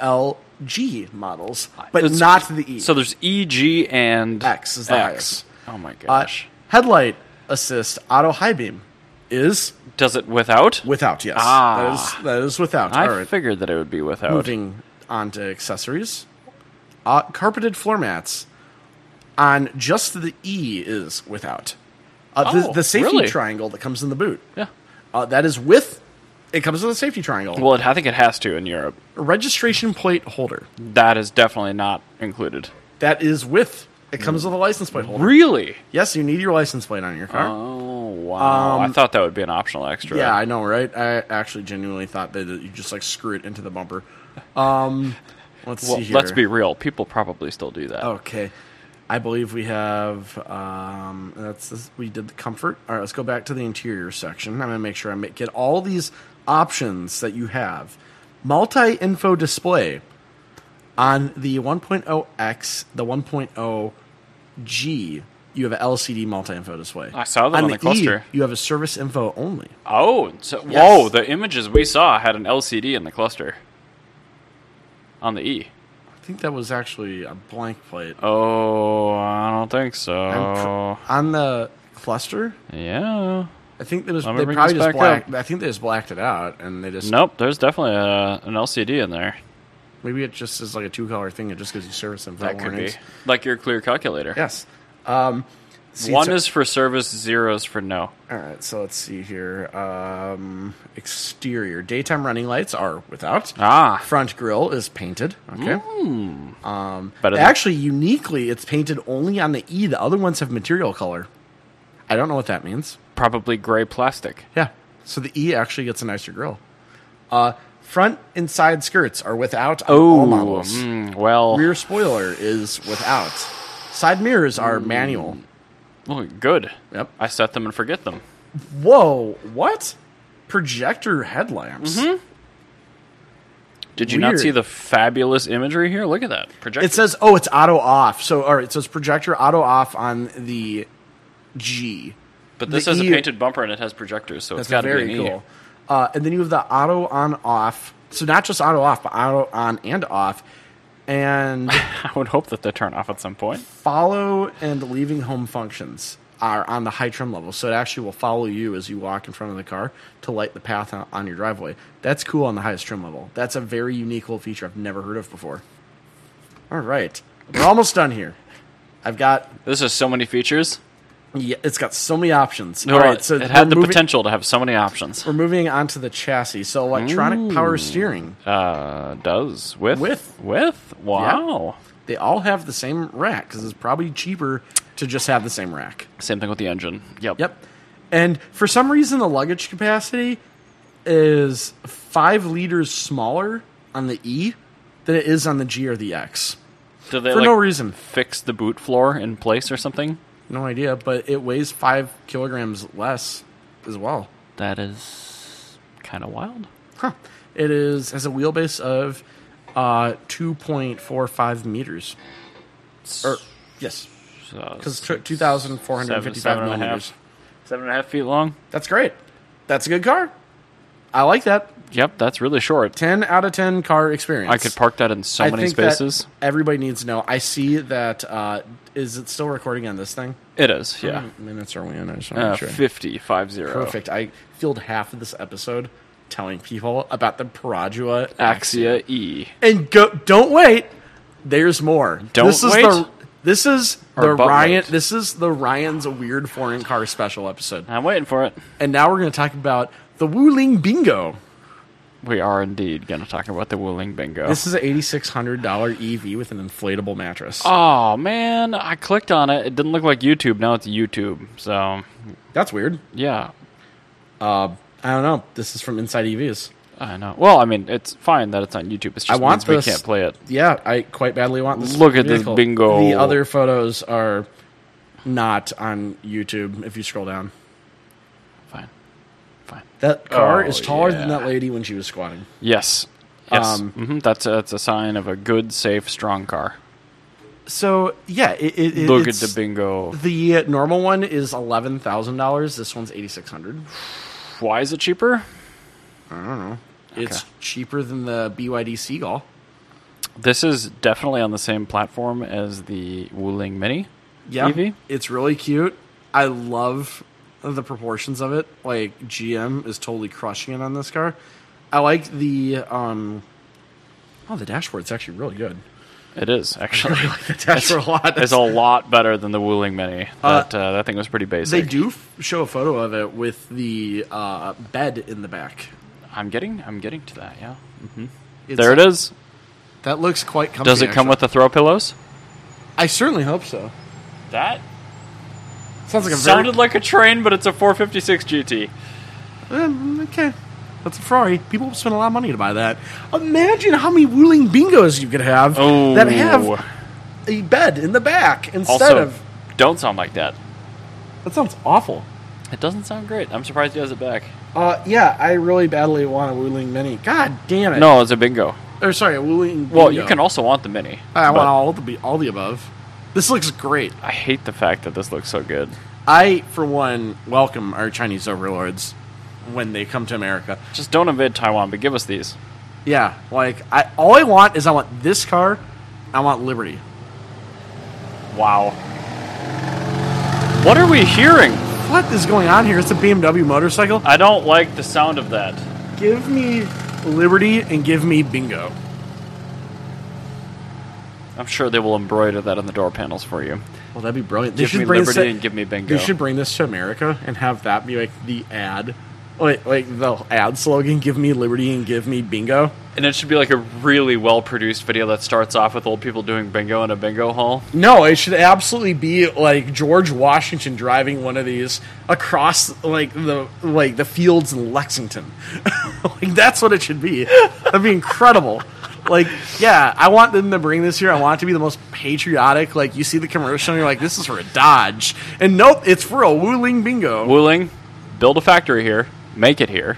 [SPEAKER 2] 1.0LG models, but
[SPEAKER 1] It's-
[SPEAKER 2] not the E.
[SPEAKER 1] So there's EG and
[SPEAKER 2] X is the highest.
[SPEAKER 1] Oh my
[SPEAKER 2] Uh,
[SPEAKER 1] gosh!
[SPEAKER 2] headlight assist auto high beam is
[SPEAKER 1] Does it without?
[SPEAKER 2] without, yes.
[SPEAKER 1] Ah.
[SPEAKER 2] That, is, that is without.
[SPEAKER 1] I
[SPEAKER 2] All right.
[SPEAKER 1] figured that it would be without.
[SPEAKER 2] Moving on to accessories. Uh, carpeted floor mats on just the E is without. Uh, the,
[SPEAKER 1] Oh,
[SPEAKER 2] the safety
[SPEAKER 1] really?
[SPEAKER 2] triangle that comes in the boot.
[SPEAKER 1] Yeah.
[SPEAKER 2] Uh, that is with. It comes with a safety triangle.
[SPEAKER 1] Well, it, I think it has to in Europe.
[SPEAKER 2] Registration plate holder.
[SPEAKER 1] That is definitely not included.
[SPEAKER 2] That is with. It comes with a license plate holder.
[SPEAKER 1] Really?
[SPEAKER 2] Yes, you need your license plate on your car.
[SPEAKER 1] Oh wow! I thought that would be an optional extra.
[SPEAKER 2] Um, yeah, I know, right? I actually genuinely thought that you just like screw it into the bumper. Um, let's
[SPEAKER 1] Well,
[SPEAKER 2] see here.
[SPEAKER 1] let's be real. People probably still do that.
[SPEAKER 2] okay. I believe we have. Um, that's this, we did the comfort. All right, let's go back to the interior section. I'm gonna make sure I ma- get all these options that you have. Multi info display on the 1.0x, the 1.0g. You have an LCD multi info display.
[SPEAKER 1] I saw that on the cluster.
[SPEAKER 2] E, you have a service info only.
[SPEAKER 1] Oh, so,
[SPEAKER 2] Yes.
[SPEAKER 1] whoa! The images we saw had an LCD in the cluster. On the E.
[SPEAKER 2] I think that was actually a blank plate.
[SPEAKER 1] Oh, I don't think
[SPEAKER 2] I'm tr-
[SPEAKER 1] so.
[SPEAKER 2] on the cluster,
[SPEAKER 1] yeah.
[SPEAKER 2] I think that was,
[SPEAKER 1] Let me
[SPEAKER 2] they
[SPEAKER 1] bring
[SPEAKER 2] probably
[SPEAKER 1] this
[SPEAKER 2] just
[SPEAKER 1] back
[SPEAKER 2] black.
[SPEAKER 1] up.
[SPEAKER 2] I think they just blacked it out, and they just
[SPEAKER 1] Nope. There's definitely a, an LCD in there.
[SPEAKER 2] maybe it just is like a two color thing. It just gives you service info
[SPEAKER 1] That could be
[SPEAKER 2] warnings.
[SPEAKER 1] like your clear calculator.
[SPEAKER 2] Yes. Um, see,
[SPEAKER 1] One
[SPEAKER 2] so-
[SPEAKER 1] is for service, zero is for no.
[SPEAKER 2] all right. So let's see here. Um, exterior daytime running lights are without.
[SPEAKER 1] Ah, Mm,
[SPEAKER 2] Front grille is painted. Okay. Um,
[SPEAKER 1] Better than-
[SPEAKER 2] actually, uniquely, it's painted only on the E. The other ones have material color. I don't know what that means.
[SPEAKER 1] probably gray plastic.
[SPEAKER 2] Yeah. So the E actually gets a nicer grill. Uh, front and side skirts are without on all models.
[SPEAKER 1] mm, well,
[SPEAKER 2] Rear spoiler is without. Side mirrors are manual.
[SPEAKER 1] oh, good.
[SPEAKER 2] Yep.
[SPEAKER 1] I set them and forget them.
[SPEAKER 2] Whoa, what? Projector headlamps.
[SPEAKER 1] Did you not
[SPEAKER 2] Weird.
[SPEAKER 1] see the fabulous imagery here? Look at that projector.
[SPEAKER 2] It says, oh, it's auto off. So, all right, so it's projector auto off on the G.
[SPEAKER 1] but this
[SPEAKER 2] the
[SPEAKER 1] has
[SPEAKER 2] E-
[SPEAKER 1] a painted bumper and it has projectors, so it's
[SPEAKER 2] That's
[SPEAKER 1] got to be
[SPEAKER 2] very
[SPEAKER 1] an E.
[SPEAKER 2] cool. Uh, and then you have the auto on off. So, not just auto off, but auto on and off.
[SPEAKER 1] [laughs]
[SPEAKER 2] And
[SPEAKER 1] I would hope that they turn off at some point.
[SPEAKER 2] follow and leaving home functions are on the high trim level. So it actually will follow you as you walk in front of the car to light the path on- on your driveway. That's cool on the highest trim level. That's a very unique little feature I've never heard of before. All right. We're almost done here. I've got
[SPEAKER 1] This has so many features.
[SPEAKER 2] yeah, it's got so many options.
[SPEAKER 1] All right,
[SPEAKER 2] so
[SPEAKER 1] it had
[SPEAKER 2] we're
[SPEAKER 1] the
[SPEAKER 2] moving-
[SPEAKER 1] potential to have so many options.
[SPEAKER 2] We're moving on to the chassis. So electronic power steering.
[SPEAKER 1] Uh, does with
[SPEAKER 2] With.
[SPEAKER 1] with wow.
[SPEAKER 2] They all have the same rack because it's probably cheaper to just have the same rack.
[SPEAKER 1] Same thing with the engine. Yep.
[SPEAKER 2] Yep. And for some reason, the luggage capacity is five liters smaller on the E than it is on the G or the X.
[SPEAKER 1] Do they
[SPEAKER 2] For
[SPEAKER 1] like,
[SPEAKER 2] no reason.
[SPEAKER 1] fix the boot floor in place or something?
[SPEAKER 2] No idea, but it weighs five kilograms less as well.
[SPEAKER 1] That is kind of wild.
[SPEAKER 2] Huh. It is has a wheelbase of uh, 2.45 meters. Or, yes,
[SPEAKER 1] So
[SPEAKER 2] because
[SPEAKER 1] seven,
[SPEAKER 2] 2,455
[SPEAKER 1] seven and a
[SPEAKER 2] millimeters.
[SPEAKER 1] half, seven and a half feet long.
[SPEAKER 2] That's great. That's a good car. I like that.
[SPEAKER 1] Yep, that's really short.
[SPEAKER 2] 10 out of 10 car experience.
[SPEAKER 1] I could park that in so
[SPEAKER 2] I
[SPEAKER 1] many
[SPEAKER 2] think that
[SPEAKER 1] spaces.
[SPEAKER 2] everybody needs to know. I see that. Uh, is it still recording on this thing?
[SPEAKER 1] It is,
[SPEAKER 2] How
[SPEAKER 1] yeah.
[SPEAKER 2] many minutes are we in? I just wanna
[SPEAKER 1] Uh,
[SPEAKER 2] make Hmm. sure.
[SPEAKER 1] 50, five zero.
[SPEAKER 2] Perfect. I filled half of this episode telling people about the Paragua
[SPEAKER 1] Axia E.
[SPEAKER 2] And go, don't wait. There's more.
[SPEAKER 1] Don't
[SPEAKER 2] this is
[SPEAKER 1] wait?
[SPEAKER 2] The, this is
[SPEAKER 1] Or
[SPEAKER 2] the
[SPEAKER 1] but
[SPEAKER 2] Ryan.
[SPEAKER 1] wait.
[SPEAKER 2] This is the Ryan's weird foreign car special episode.
[SPEAKER 1] I'm waiting for it.
[SPEAKER 2] And now we're going to talk about the Wuling Bingo.
[SPEAKER 1] We are indeed going to talk about the Wuling Bingo.
[SPEAKER 2] This is an eighty six hundred dollar EV with an inflatable mattress.
[SPEAKER 1] oh, man. I clicked on it. It didn't look like YouTube. Now it's YouTube. So,
[SPEAKER 2] That's weird. Uh,
[SPEAKER 1] yeah.
[SPEAKER 2] I don't know. This is from Inside E EVs.
[SPEAKER 1] I know. Well, I mean, it's fine that it's on YouTube. It's just
[SPEAKER 2] I want
[SPEAKER 1] means we
[SPEAKER 2] this.
[SPEAKER 1] can't play it.
[SPEAKER 2] Yeah, I quite badly want this.
[SPEAKER 1] Look at this
[SPEAKER 2] vehicle.
[SPEAKER 1] bingo.
[SPEAKER 2] The other photos are not on YouTube. If you scroll down,
[SPEAKER 1] Fine. Fine.
[SPEAKER 2] that car
[SPEAKER 1] Oh,
[SPEAKER 2] is taller than
[SPEAKER 1] yeah.
[SPEAKER 2] that lady when she was squatting.
[SPEAKER 1] Yes. Yes.
[SPEAKER 2] Um,
[SPEAKER 1] hmm That's, a, that's a sign of a good, safe, strong car.
[SPEAKER 2] So yeah, it, it, it-
[SPEAKER 1] Look at
[SPEAKER 2] it's-
[SPEAKER 1] the bingo.
[SPEAKER 2] The normal one is eleven thousand dollars. This one's eighty six hundred.
[SPEAKER 1] Why is it cheaper?
[SPEAKER 2] It's cheaper than the BYD Seagull.
[SPEAKER 1] This is definitely on the same platform as the Wuling Mini. E EV?
[SPEAKER 2] it's really cute. I love the proportions of it. Like GM is totally crushing it on this car. I like the um. Oh, the dashboard's actually really good. [laughs]
[SPEAKER 1] It is actually.
[SPEAKER 2] The [laughs] dashboard a lot.
[SPEAKER 1] It's a lot better than the Wuling Mini.
[SPEAKER 2] Uh,
[SPEAKER 1] That uh, that thing was pretty
[SPEAKER 2] They
[SPEAKER 1] basic.
[SPEAKER 2] do f- show a photo of it with the uh, bed in the back.
[SPEAKER 1] I'm getting I'm getting to that. Yeah,
[SPEAKER 2] It's,
[SPEAKER 1] there it is.
[SPEAKER 2] That looks quite comfy.
[SPEAKER 1] Does it come
[SPEAKER 2] actually.
[SPEAKER 1] with the throw pillows?
[SPEAKER 2] I certainly hope so.
[SPEAKER 1] That
[SPEAKER 2] Sounds like a very
[SPEAKER 1] sounded like a train, but it's a 456 GT.
[SPEAKER 2] Um, okay. That's a Ferrari. People spend a lot of money to buy that. Imagine how many Wuling bingos you could have
[SPEAKER 1] Oh,
[SPEAKER 2] that have a bed in the back instead
[SPEAKER 1] also
[SPEAKER 2] of.
[SPEAKER 1] don't sound like that.
[SPEAKER 2] That sounds awful.
[SPEAKER 1] It doesn't sound great. I'm surprised he has it back.
[SPEAKER 2] Uh, yeah, I really badly want a Wuling Mini. God damn it!
[SPEAKER 1] No, it's a bingo.
[SPEAKER 2] or sorry, a Wuling.
[SPEAKER 1] Well,
[SPEAKER 2] Bingo.
[SPEAKER 1] you can also want the Mini.
[SPEAKER 2] I
[SPEAKER 1] but
[SPEAKER 2] want all the be- all the above. This looks great.
[SPEAKER 1] I hate the fact that this looks so good.
[SPEAKER 2] I, for one, welcome our Chinese overlords when they come to America.
[SPEAKER 1] Just don't invade Taiwan, but give us these.
[SPEAKER 2] Yeah, like I all I want is I want this car. I want Liberty.
[SPEAKER 1] Wow. What are we hearing?
[SPEAKER 2] What is going on here? It's a BMW motorcycle.
[SPEAKER 1] I don't like the sound of that.
[SPEAKER 2] Give me Liberty and give me Bingo.
[SPEAKER 1] I'm sure they will embroider that on the door panels for you.
[SPEAKER 2] Well, that'd be brilliant. They
[SPEAKER 1] Give
[SPEAKER 2] should
[SPEAKER 1] me
[SPEAKER 2] bring
[SPEAKER 1] liberty
[SPEAKER 2] this to,
[SPEAKER 1] and give me bingo.
[SPEAKER 2] they should bring this to America and have that be like the ad, like like the ad slogan. Give me Liberty and give me Bingo.
[SPEAKER 1] And it should be like a really well produced video that starts off with old people doing bingo in a bingo hall.
[SPEAKER 2] No, it should absolutely be like George Washington driving one of these across like the like the fields in Lexington. [laughs] like that's what it should be. That'd be incredible. Like, yeah, I want them to bring this here. I want it to be the most patriotic. Like, you see the commercial, and you're like, "This is for a Dodge," and nope, it's for a Wuling Bingo.
[SPEAKER 1] Wuling, build a factory here, make it here,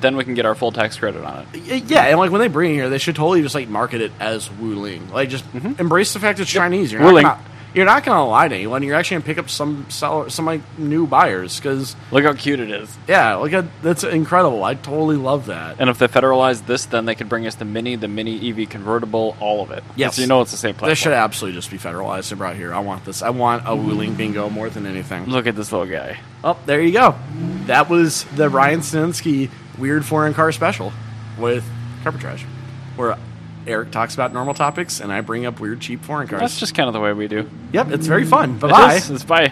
[SPEAKER 1] then we can get our full tax credit on it.
[SPEAKER 2] Y- Yeah, and like when they bring it here, they should totally just like market it as Wuling. Like, just embrace the fact it's Chinese. You're
[SPEAKER 1] Wuling.
[SPEAKER 2] Not gonna, you're not going to lie to anyone. You're actually going to pick up some seller, some like new buyers because
[SPEAKER 1] Look how cute it is.
[SPEAKER 2] Yeah, like I, that's incredible. I totally love that.
[SPEAKER 1] And if they federalize this, then they could bring us the Mini, the Mini EV convertible, all of it.
[SPEAKER 2] Yes.
[SPEAKER 1] So you know it's the same platform.
[SPEAKER 2] This should absolutely just be federalized and brought here. I want this. I want a Wuling bingo more than anything.
[SPEAKER 1] Look at this little guy.
[SPEAKER 2] Oh, there you go. That was the Ryan Sininsky weird foreign car special with Carpetrage, where Eric talks about normal topics and I bring up weird cheap foreign cars.
[SPEAKER 1] That's just kind of the way we do.
[SPEAKER 2] yep, it's very fun. Bye
[SPEAKER 1] It
[SPEAKER 2] bye.
[SPEAKER 1] is. It's bye.